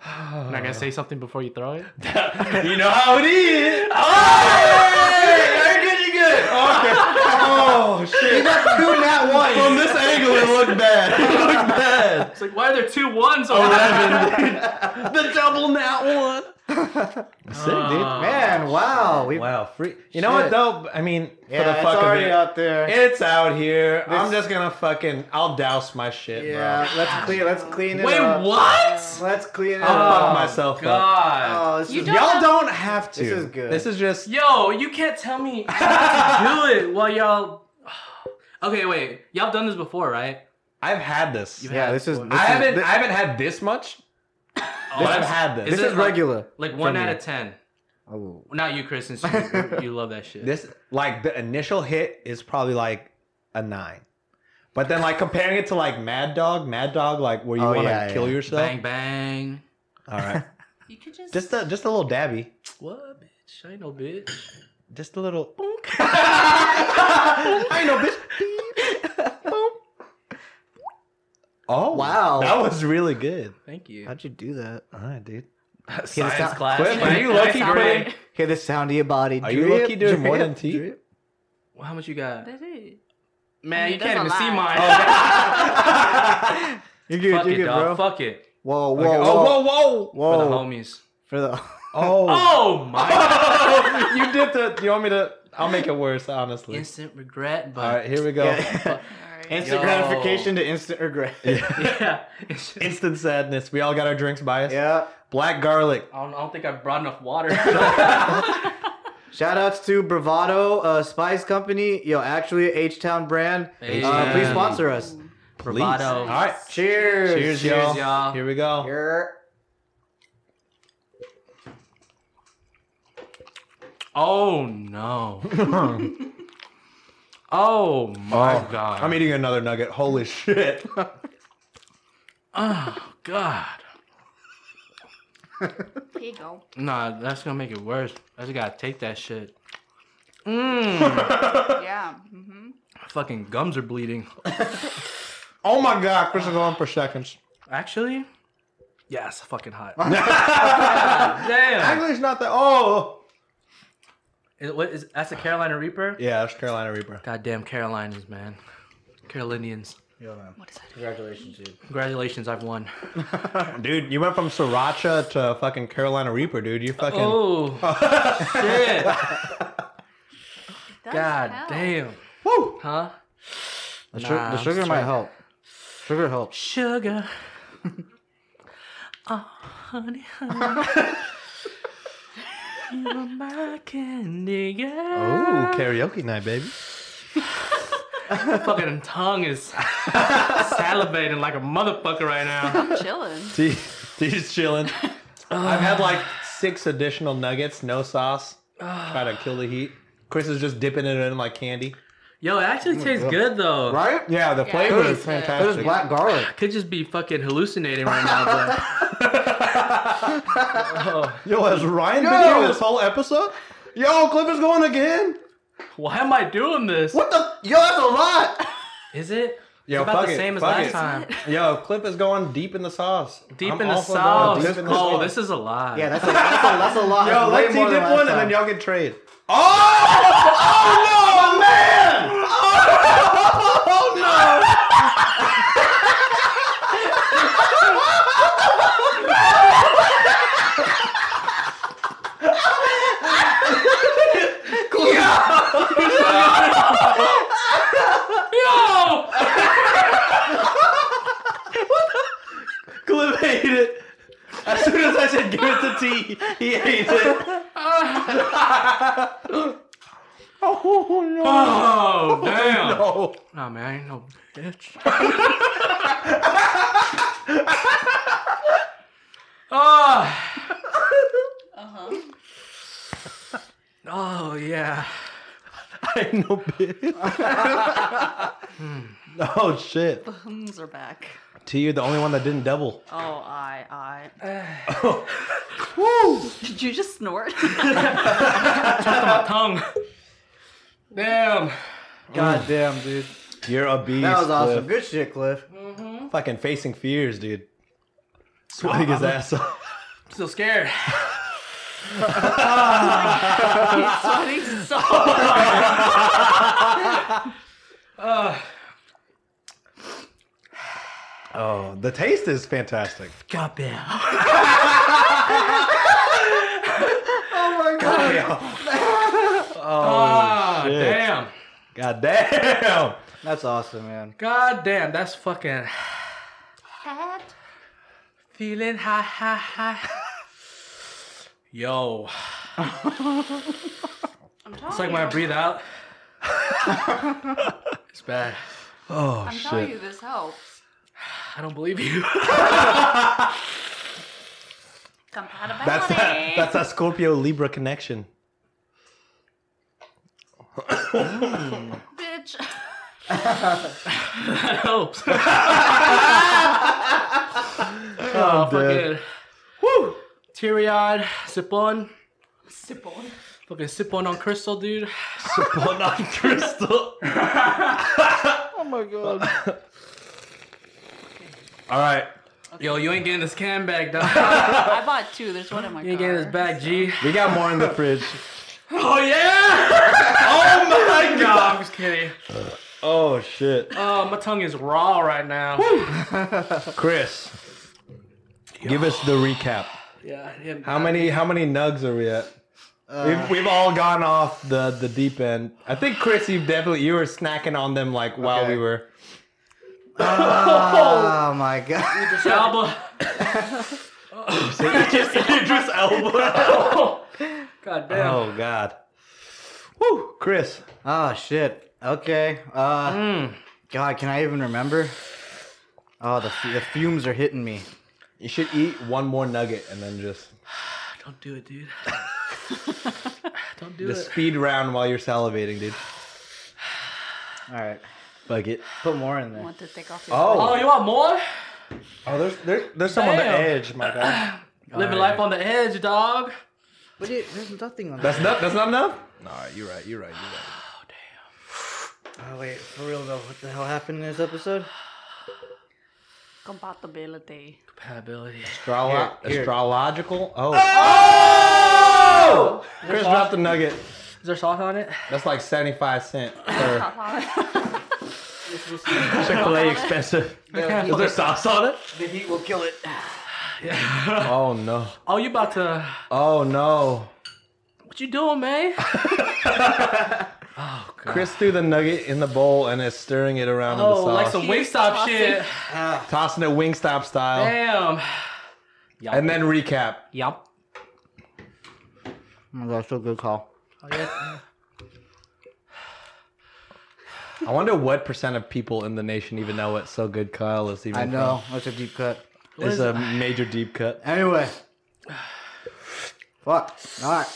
S3: I'm not gonna say something before you throw it.
S10: you know how it is. Oh, you're good, you're good. Okay. Oh shit.
S4: Two, not one.
S10: From this angle, it looked bad. It looked bad.
S3: It's like, why are there two ones over there?
S10: the double nat one. Sick, dude.
S4: Man, wow. We,
S10: Wow, free. You know what
S4: Shit.
S10: though? I mean, for
S4: Yeah,
S10: the
S4: it's
S10: fuck of
S4: already uh,
S10: it,
S4: out there.
S10: it's out here. I'm just gonna fucking, I'll douse my shit,
S4: yeah, let's clean. Let's clean it
S3: Wait,
S4: up.
S3: what?
S4: Let's clean it
S10: bro. I'll
S4: up.
S10: fuck myself up.
S3: God.
S4: Oh, this
S5: You
S4: is-
S5: don't-
S10: Y'all don't have to.
S4: This is good.
S10: This is just
S3: Yo, you can't tell me how to do it while y'all. Okay, wait. Y'all done this before, right?
S10: I've had this.
S3: You've
S4: yeah, this is. This
S10: I haven't.
S4: Is, thi-
S10: I haven't had this much. but I've
S3: Oh, that's-
S10: had this.
S4: this
S3: it
S4: is
S3: like-
S4: regular.
S3: Like one
S4: From
S3: out
S4: you.
S3: of ten.
S4: Oh.
S3: Not you, Chris, since you, you love that shit.
S10: This like the initial hit is probably like a nine, but then like comparing it to like Mad Dog, Mad Dog, like where you
S4: Oh,
S10: want to
S4: yeah, yeah.
S10: kill yourself.
S3: bang bang.
S10: All right,
S5: You could just.
S10: just a just a little dabby,
S3: What, bitch? I ain't no bitch.
S10: just a little. I ain't no bitch. Boom. oh
S4: Wow.
S10: that was really good.
S3: Thank you.
S4: How'd you do that?
S10: All right, dude.
S3: Science
S4: sound-
S3: class.
S10: Quit. Are you
S3: Science
S10: lucky,
S3: class.
S10: Quinn?
S4: Hear the sound of your body.
S10: Are you
S4: Drip,
S10: lucky doing more
S4: drip,
S10: than tea?
S4: drip.
S3: Well, How much you got?
S5: That's it. I
S3: Man,
S5: mean,
S3: you
S5: that's
S3: can't
S5: a
S3: even
S5: lie.
S3: see mine.
S4: You're good.
S3: Fuck
S4: you're
S3: it,
S4: good,
S3: dog.
S4: bro.
S3: Fuck it.
S4: Whoa, whoa,
S10: Okay.
S4: whoa,
S10: Oh, whoa, whoa.
S4: whoa.
S3: For the homies.
S4: For the.
S10: Oh.
S3: Oh my
S10: you did the. You want me to? I'll make it worse, honestly.
S3: Instant regret,
S10: All right,
S3: but
S10: here we go.
S4: Yeah.
S5: Alright.
S4: instant
S3: Yo.
S4: gratification to instant regret. Yeah.
S3: yeah.
S10: Instant sadness. We all got our drinks biased.
S4: yeah.
S10: Black garlic.
S3: I don't, I don't think I brought enough water.
S4: Shout outs to Bravado uh, Spice Company. Yo, actually, H Town brand. Uh,
S3: H-Town.
S4: please sponsor us.
S10: Please.
S3: Bravado.
S10: All right.
S4: Cheers.
S10: Cheers,
S3: Cheers,
S10: y'all.
S3: y'all.
S10: Here we go.
S4: Cheers.
S3: oh no. oh my
S10: Oh,
S3: god.
S10: I'm eating another nugget. Holy shit.
S3: oh god.
S5: Here you go.
S3: Nah, that's gonna make it worse. I just gotta take that shit. Mmm.
S5: Yeah. Mm-hmm.
S3: Fucking gums are bleeding.
S10: oh my god, Chris is going for seconds.
S3: Actually, yeah, it's fucking hot. Damn.
S10: Actually, it's not that. Oh.
S3: Is- what is that's a Carolina Reaper?
S10: Yeah, that's Carolina Reaper.
S3: Goddamn Carolinas, man. Carolinians.
S5: What is that?
S4: Congratulations, dude.
S3: Congratulations, I've won.
S10: Dude, you went from Sriracha to fucking Carolina Reaper, dude. You fucking.
S3: Oh shit!
S5: It does
S3: God
S5: help.
S3: damn.
S10: Woo.
S3: Huh?
S4: The,
S3: Nah,
S4: su- the
S3: I'm
S4: sugar might
S3: straight.
S4: help. Sugar helps.
S3: Sugar. oh, honey, honey. you are my candy girl.
S10: Ooh, karaoke night, baby.
S3: My fucking tongue is salivating like a motherfucker right now.
S5: I'm chilling.
S10: T- T's chilling. I've had like six additional nuggets, no sauce. Try to kill the heat. Chris is just dipping it in like candy.
S3: Yo, it
S10: Oh
S3: actually tastes good though.
S4: Right?
S10: Yeah, the
S5: Yeah.
S10: flavor
S5: Who's
S10: is
S5: the-
S4: There's
S10: fantastic.
S4: black garlic.
S3: I could just be fucking hallucinating right now, but
S10: Yo, has Ryan been
S4: Yo!
S10: here this whole episode? Yo, Clippers going again?
S3: why am I doing this?
S10: What the? Yo, that's a lot.
S3: Is it?
S10: Yo,
S3: about
S10: fuck
S3: the
S10: it,
S3: same as
S10: fuck
S3: last
S10: it.
S3: time.
S10: Yo, Clip is going deep in the sauce.
S3: Deep
S10: I'm
S3: in the
S10: all for going
S3: sauce.
S10: deep in the
S3: Oh,
S10: sauce.
S3: this is a lie.
S4: Yeah, that's a, that's a, that's a lot.
S10: Yo,
S4: Way
S10: let's eat
S4: more than
S10: dip
S4: last
S10: one and
S4: time.
S10: then y'all can trade. Oh! Oh no, man! Oh no!
S3: Yo!
S10: Clip ate it. As soon as I said give it to T, he ate it. oh no!
S3: Oh, damn. Oh,
S10: No.
S3: man, I ain't no bitch. oh,
S5: Uh huh.
S3: oh, yeah.
S10: I ain't Oh, no bitch. oh shit!
S5: The hums are back.
S10: T, you're the only one that didn't double.
S5: Oh, I, I.
S10: Oh.
S5: Did you just snort?
S3: Out of my tongue. Damn.
S4: God damn, dude.
S10: You're a beast.
S4: That was awesome.
S10: Cliff.
S4: Good shit, Cliff.
S10: Fucking facing fears, dude. Swag his ass off.
S3: I'm still scared.
S5: He's sweating so hard.
S3: Oh,
S10: Oh, the taste is fantastic.
S3: goddamn.
S4: Oh
S3: Ah,
S10: shit.
S3: damn.
S10: God damn.
S4: That's awesome, man.
S3: God damn, that's fucking feeling high, high, high. Yo,
S5: I'm
S3: it's
S5: telling
S3: like when I
S5: you.
S3: breathe out. it's bad.
S10: Oh
S5: I'm telling
S10: shit.
S5: you, this helps.
S3: I don't believe you.
S5: Compatibility.
S10: That's that, that's that Scorpio Libra connection.
S5: bitch.
S3: that helps. oh,
S10: dead.
S3: fucking. Woo! Teary eyed, sip on.
S5: Sip on.
S3: Fucking sip on on crystal, dude.
S10: Support on crystal.
S4: Oh my god.
S10: All right,
S3: Yo, you ain't getting this can back, dog.
S5: I bought two. There's one in my
S3: you ain't
S5: car.
S3: getting this back, G.
S10: we got more in the fridge.
S3: Oh, yeah!
S10: Oh my
S3: no, I'm just kidding.
S10: Oh shit.
S3: Oh, my tongue is raw right now.
S10: Chris, give us the recap.
S3: Yeah, I didn't-
S10: How many how many nugs are we at? we've, we've all gone off the the deep end. I think Chris, you definitely you were snacking on them like while
S4: Okay.
S10: we were.
S4: Oh my god.
S3: Alba.
S10: just Idris Elba.
S3: Oh, God damn.
S10: oh God. Woo, Chris.
S4: Oh shit. Okay. Uh,
S3: Mm.
S4: God, can I even remember? Oh, the, fu- the fumes are hitting me.
S10: You should eat one more nugget and then just
S3: Don't do it, dude. Don't do
S10: just
S3: it.
S10: speed round while you're salivating, dude.
S4: All right.
S10: Bug it.
S4: Put more in there.
S5: Want to take off your
S3: Oh,
S10: Oh,
S3: you want more?
S10: oh, there's there, there's some on the
S3: Damn.
S10: edge, my guy.
S3: Living life on the edge, dog.
S4: But it, there's nothing on
S10: That's not that's not enough. No, you're right. You're right. You're right.
S4: Oh wait, for real though, what the hell happened in this episode?
S5: compatibility.
S3: Compatibility.
S10: Astrolo-
S4: Here, here.
S10: Astrological. Oh. oh! Chris dropped a nugget.
S3: Is there sauce on it?
S10: That's like seventy five cent per Chick Fil A expensive. Is there sauce on it?
S4: The heat will kill it.
S3: Yeah.
S10: Oh no!
S3: oh, you about to?
S10: Oh no!
S3: What you doing, man?
S10: Chris threw the nugget in the bowl and is stirring it around in the
S3: Oh,
S10: sauce,
S3: like some wing stop shit.
S10: tossing it Wingstop
S3: Oh.
S10: style,
S3: Damn. Yup.
S10: and then recap.
S3: yup.
S4: Oh my gosh, so good call.
S3: Oh, yeah.
S10: I wonder what percent of people in the nation even know what "So Good Kyle" is even.
S4: I know that's a deep cut.
S10: from. It's a major deep cut.
S4: Anyway, fuck. All right.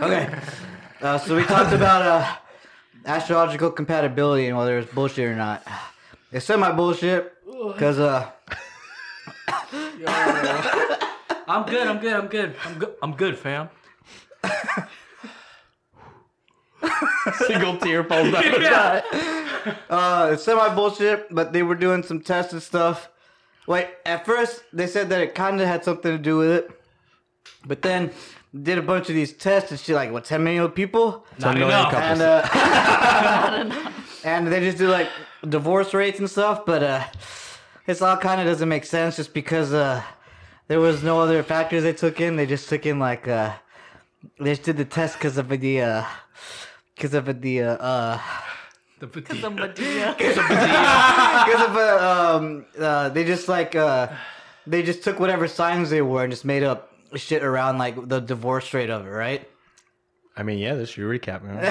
S4: okay. Uh, so we talked about uh, astrological compatibility and whether it's bullshit or not. It's semi bullshit because uh,
S3: I'm good. I'm good. I'm good. I'm good. I'm good, fam.
S10: Single tear falls down.
S3: Yeah.
S4: uh, it's semi bullshit, but they were doing some tests and stuff. Like at first, they said that it kind of had something to do with it, but then did a bunch of these tests and shit, like what ten million people,
S10: Not enough.
S4: and uh, and they just do like divorce rates and stuff. But uh, it's all kind of doesn't make sense just because uh, there was no other factors they took in. They just took in like uh, they just did the test because of the because of the uh, uh,
S3: The
S5: Because
S3: petite.
S5: of Medea.
S4: because of uh, um, uh, they just like uh, they just took whatever signs they were and just made up shit around like the divorce rate of it, right?
S10: I mean, yeah, this is your recap, man.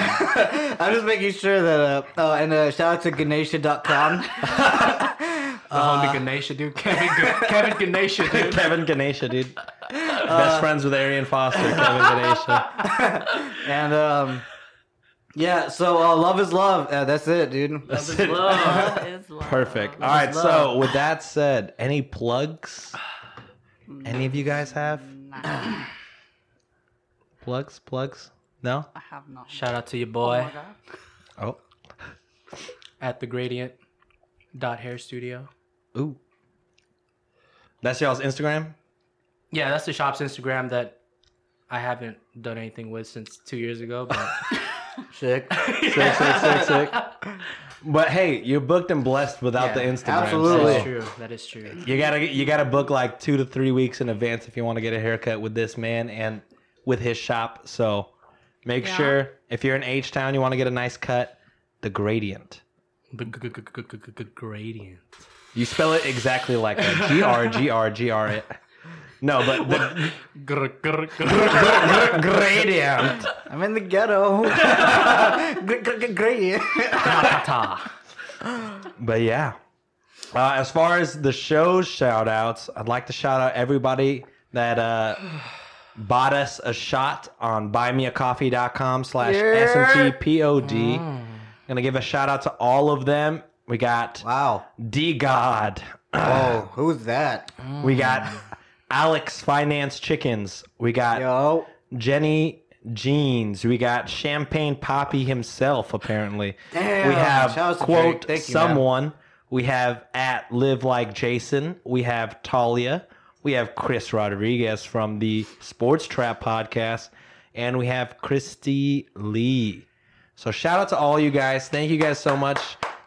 S4: I'm just making sure that uh, oh, and uh, shout out to Ganesha.com.
S3: The homie Ganesha, dude. Kevin, Ga- Kevin Ganesha, dude.
S10: Kevin Ganesha, dude. Uh, Best friends with Arian Foster, Kevin Ganesha.
S4: and um, yeah, so uh, love is love. Uh, that's it, dude.
S10: That's it.
S5: Love is love.
S10: Perfect. All right. So, with that said, any plugs? Any of you guys have
S5: Nah, I
S10: plugs? Plugs? No.
S5: have not.
S3: Shout out to your
S5: Oh
S3: boy
S5: my God.
S10: Oh.
S3: at the Gradient Dot Hair Studio.
S10: Ooh. Oh. That's y'all's Instagram.
S3: Yeah, that's the shop's Instagram that I haven't done anything with since two years ago. But
S4: Sick.
S10: Sick, sick, sick, sick. But hey, you're booked and blessed without
S3: Yeah,
S10: the Instagram.
S4: absolutely.
S10: so
S3: that's true. That is true.
S10: You gotta you gotta book like two to three weeks in advance if you want to get a haircut with this man and with his shop. So make
S5: Yeah.
S10: sure if you're in H Town, you want to get a nice cut. The gradient.
S3: The g- g- g- g- g- g- gradient.
S10: You spell it exactly like that. G R G R G R it. No, but the
S3: Gr- gr- gr-
S10: gradient.
S4: I'm in the ghetto. Gr- gr- gr- Great.
S3: Ta-ta.
S10: But yeah. Uh, as far as the show's shout outs, I'd like to shout out everybody that uh, bought us a shot on buymeacoffee.com slash SMTPOD. Gonna give a shout out to all of them. We got
S4: Wow.
S10: D God.
S4: Oh, who's that?
S10: We got Alex Finance Chickens. We got
S4: Yo.
S10: Jenny Jeans. We got Champagne Poppy himself, apparently.
S4: Damn,
S10: we have
S4: shout out to
S10: quote
S4: Drake. Thank you, man.
S10: someone. we have at live like Jason. We have Talia. We have Chris Rodriguez from the Sports Trap podcast, and we have Christy Lee. So shout out to all you guys. Thank you guys so much.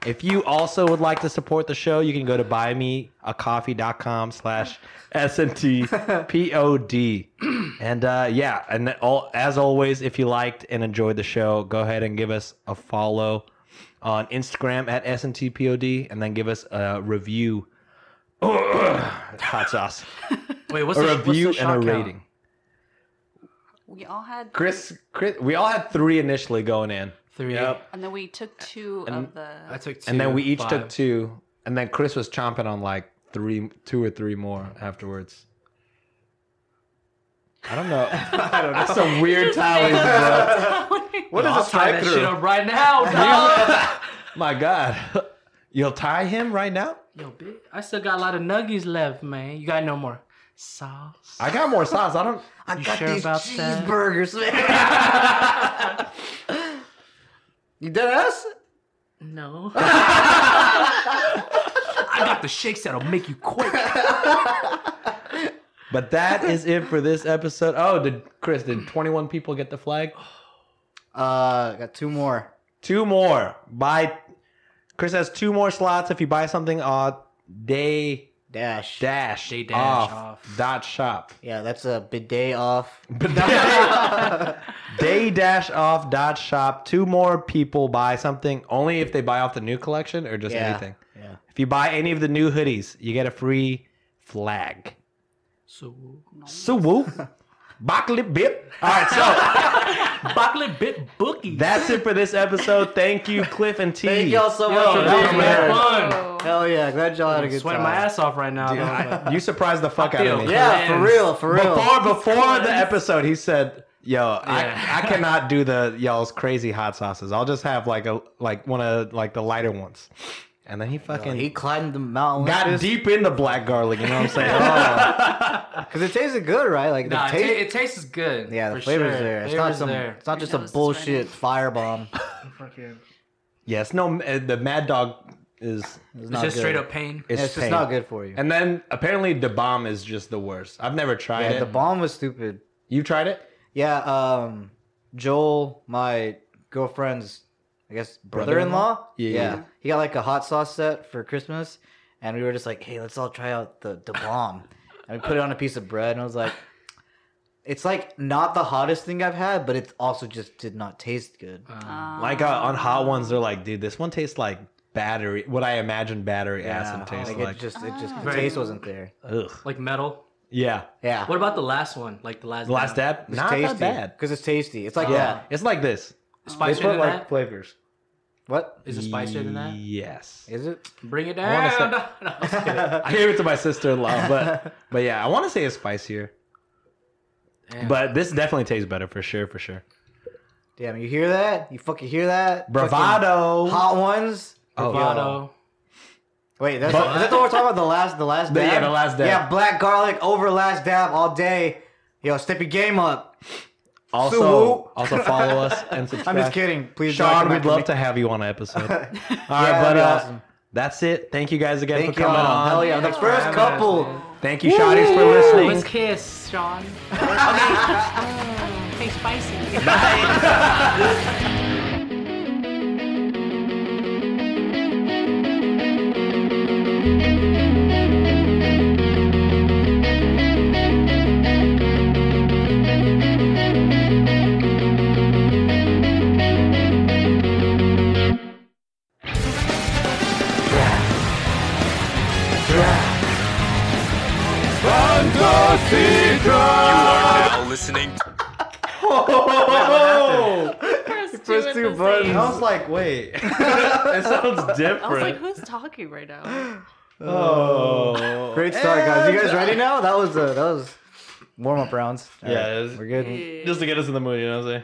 S10: If you also would like to support the show, you can go to buymeacoffee.com slash SMTPOD. and uh, yeah, and all, as always, if you liked and enjoyed the show, go ahead and give us a follow on Instagram at SMTPOD and then give us a review. Hot sauce.
S3: Wait, what's
S10: a
S3: the, what's the
S10: review and a
S3: shot count?
S10: rating.
S5: We all had
S10: Chris, Chris, we all had three initially going in.
S3: Three.
S10: Yep.
S5: And then we took two of the.
S3: I took two.
S10: and then we each took
S3: five.
S10: two, and then Chris was chomping on like three, two or three more afterwards. I don't know. I don't know. That's some weird tallies, bro.
S4: What is
S3: I'll
S4: a
S3: tie
S4: strike
S3: that shit
S4: through?
S3: up right now. dog.
S10: My God, you'll tie him right now.
S3: Yo, bitch, I still got a lot of nuggies left, man. You got no more sauce?
S10: I got more sauce. I don't.
S4: I
S3: You
S4: got
S3: sure
S4: these
S3: about that?
S4: cheeseburgers, man. you dead ass?
S3: No. I got the shakes that'll make you quake.
S10: But that is it for this episode. Oh, did Chris? Did twenty-one people get the flag?
S4: Uh, got two more.
S10: Two more. Buy. Chris has two more slots. If you buy something, uh, day
S4: Dash.
S10: dash,
S3: Day dash off.
S10: dot shop.
S4: yeah, that's a bidet off.
S10: day dash off dot shop. Two more people buy something only if they buy off the new collection or just
S4: Yeah.
S10: anything.
S4: Yeah.
S10: If you buy any of the new hoodies, you get a free flag.
S3: So,
S10: Swoop. Buckley bip. All right,
S3: buckle bit
S10: so
S3: bookie.
S10: that's it for this episode. Thank you, Cliff and T.
S4: Thank y'all so much
S10: Oh,
S4: for
S3: that was
S4: being here.
S3: fun.
S4: Hell yeah, glad y'all had a
S3: I'm
S4: good
S3: sweating
S4: time.
S3: my ass off right now. though, but-
S10: you surprised the fuck out of me.
S3: feel
S4: yeah, for
S3: cleansed.
S4: real, for real.
S10: Before before the episode, he said, "Yo,
S3: Yeah.
S10: I, I cannot do the y'all's crazy hot sauces. I'll just have like a like one of like the lighter ones." And then he fucking
S4: he climbed the mountain.
S10: got deep into black garlic. You know what I'm saying? Oh.
S4: because it tasted good, right? Like
S3: Nah,
S4: the
S3: it,
S4: taste.
S3: ta- it tastes good.
S4: yeah, the
S3: for
S4: flavor's
S3: sure.
S4: there. It's not
S3: Flavor's
S4: some.
S3: there.
S4: It's not just a
S5: nose is right
S4: bullshit firebomb.
S3: Fucking-
S10: Yes, no, uh, the Mad Dog is
S4: It's,
S3: It's
S4: not
S3: just straight
S4: good.
S3: up pain.
S4: It's,
S10: it's,
S4: just not good for you.
S10: And then apparently the bomb is just the worst. I've never tried
S4: yeah,
S10: it.
S4: the bomb was stupid.
S10: you tried it?
S4: Yeah, um, Joel, my girlfriend's, I guess, brother-in-law.
S10: Yeah.
S4: he got like a hot sauce set for Christmas, and we were just like, "Hey, let's all try out the the bomb," and we put it on a piece of bread, and I was like, "It's like not the hottest thing I've had, but it also just did not taste good."
S3: Um,
S5: Um,
S10: Like uh, on hot ones, they're like, dude, this one tastes like battery. What I imagine battery acid tastes
S4: like,
S10: like.
S4: it just it just the
S3: Very-
S4: taste wasn't there.
S10: Ugh.
S3: like metal.
S10: Yeah.
S4: Yeah,
S3: What about the last one? Like the last.
S10: The last
S3: down?
S10: dab, not that bad.
S4: because it's tasty. It's like
S3: Oh.
S4: that.
S10: It's like this.
S3: Spice in that?
S10: flavors.
S4: What
S3: Is it spicier than that?
S10: Yes.
S4: is it?
S3: Bring it
S4: I wanna
S3: down.
S4: say-
S3: No, no, I'm just kidding.
S10: I gave it to my sister in law, but but yeah, I want to say it's spicier.
S3: Damn.
S10: But this definitely tastes better for sure, for sure.
S4: Damn, you hear that? You fucking hear that?
S10: Bravado.
S4: Fucking hot ones.
S10: Oh.
S3: Bravado.
S4: Wait, that's
S10: But-
S4: is that the one we're talking about? The last, the last
S10: The-
S4: dab.
S10: yeah, the last dab.
S4: Yeah, black garlic over last dab all day. Yo, step your game up.
S10: Also,
S4: Suwoop.
S10: also follow us and subscribe.
S4: I'm just kidding. Please, don't
S10: Sean,
S4: come
S10: we'd
S4: after
S10: love
S4: me.
S10: to have you on an episode. All right,
S4: Yeah,
S10: but
S4: that'd be
S10: uh,
S4: awesome.
S10: that's it. Thank you guys again
S4: Thank
S10: for
S4: you
S10: coming
S4: all.
S10: on.
S4: Hell yeah, the
S3: Thanks for
S4: first
S3: having us,
S4: couple.
S3: man.
S10: Thank you, Shotties, for listening.
S5: Let's kiss, Sean. Say spicy.
S1: are now listening to
S5: Press two buttons.
S10: I was like, wait, it sounds different.
S5: I was like, who's talking right now?
S10: oh,
S4: Great start, guys. You guys
S10: And-
S4: ready now? That was uh, that was warm up rounds. All
S10: Yeah, it was-
S4: we're good.
S5: Yeah.
S10: Just to get us in the mood, you know what I'm saying?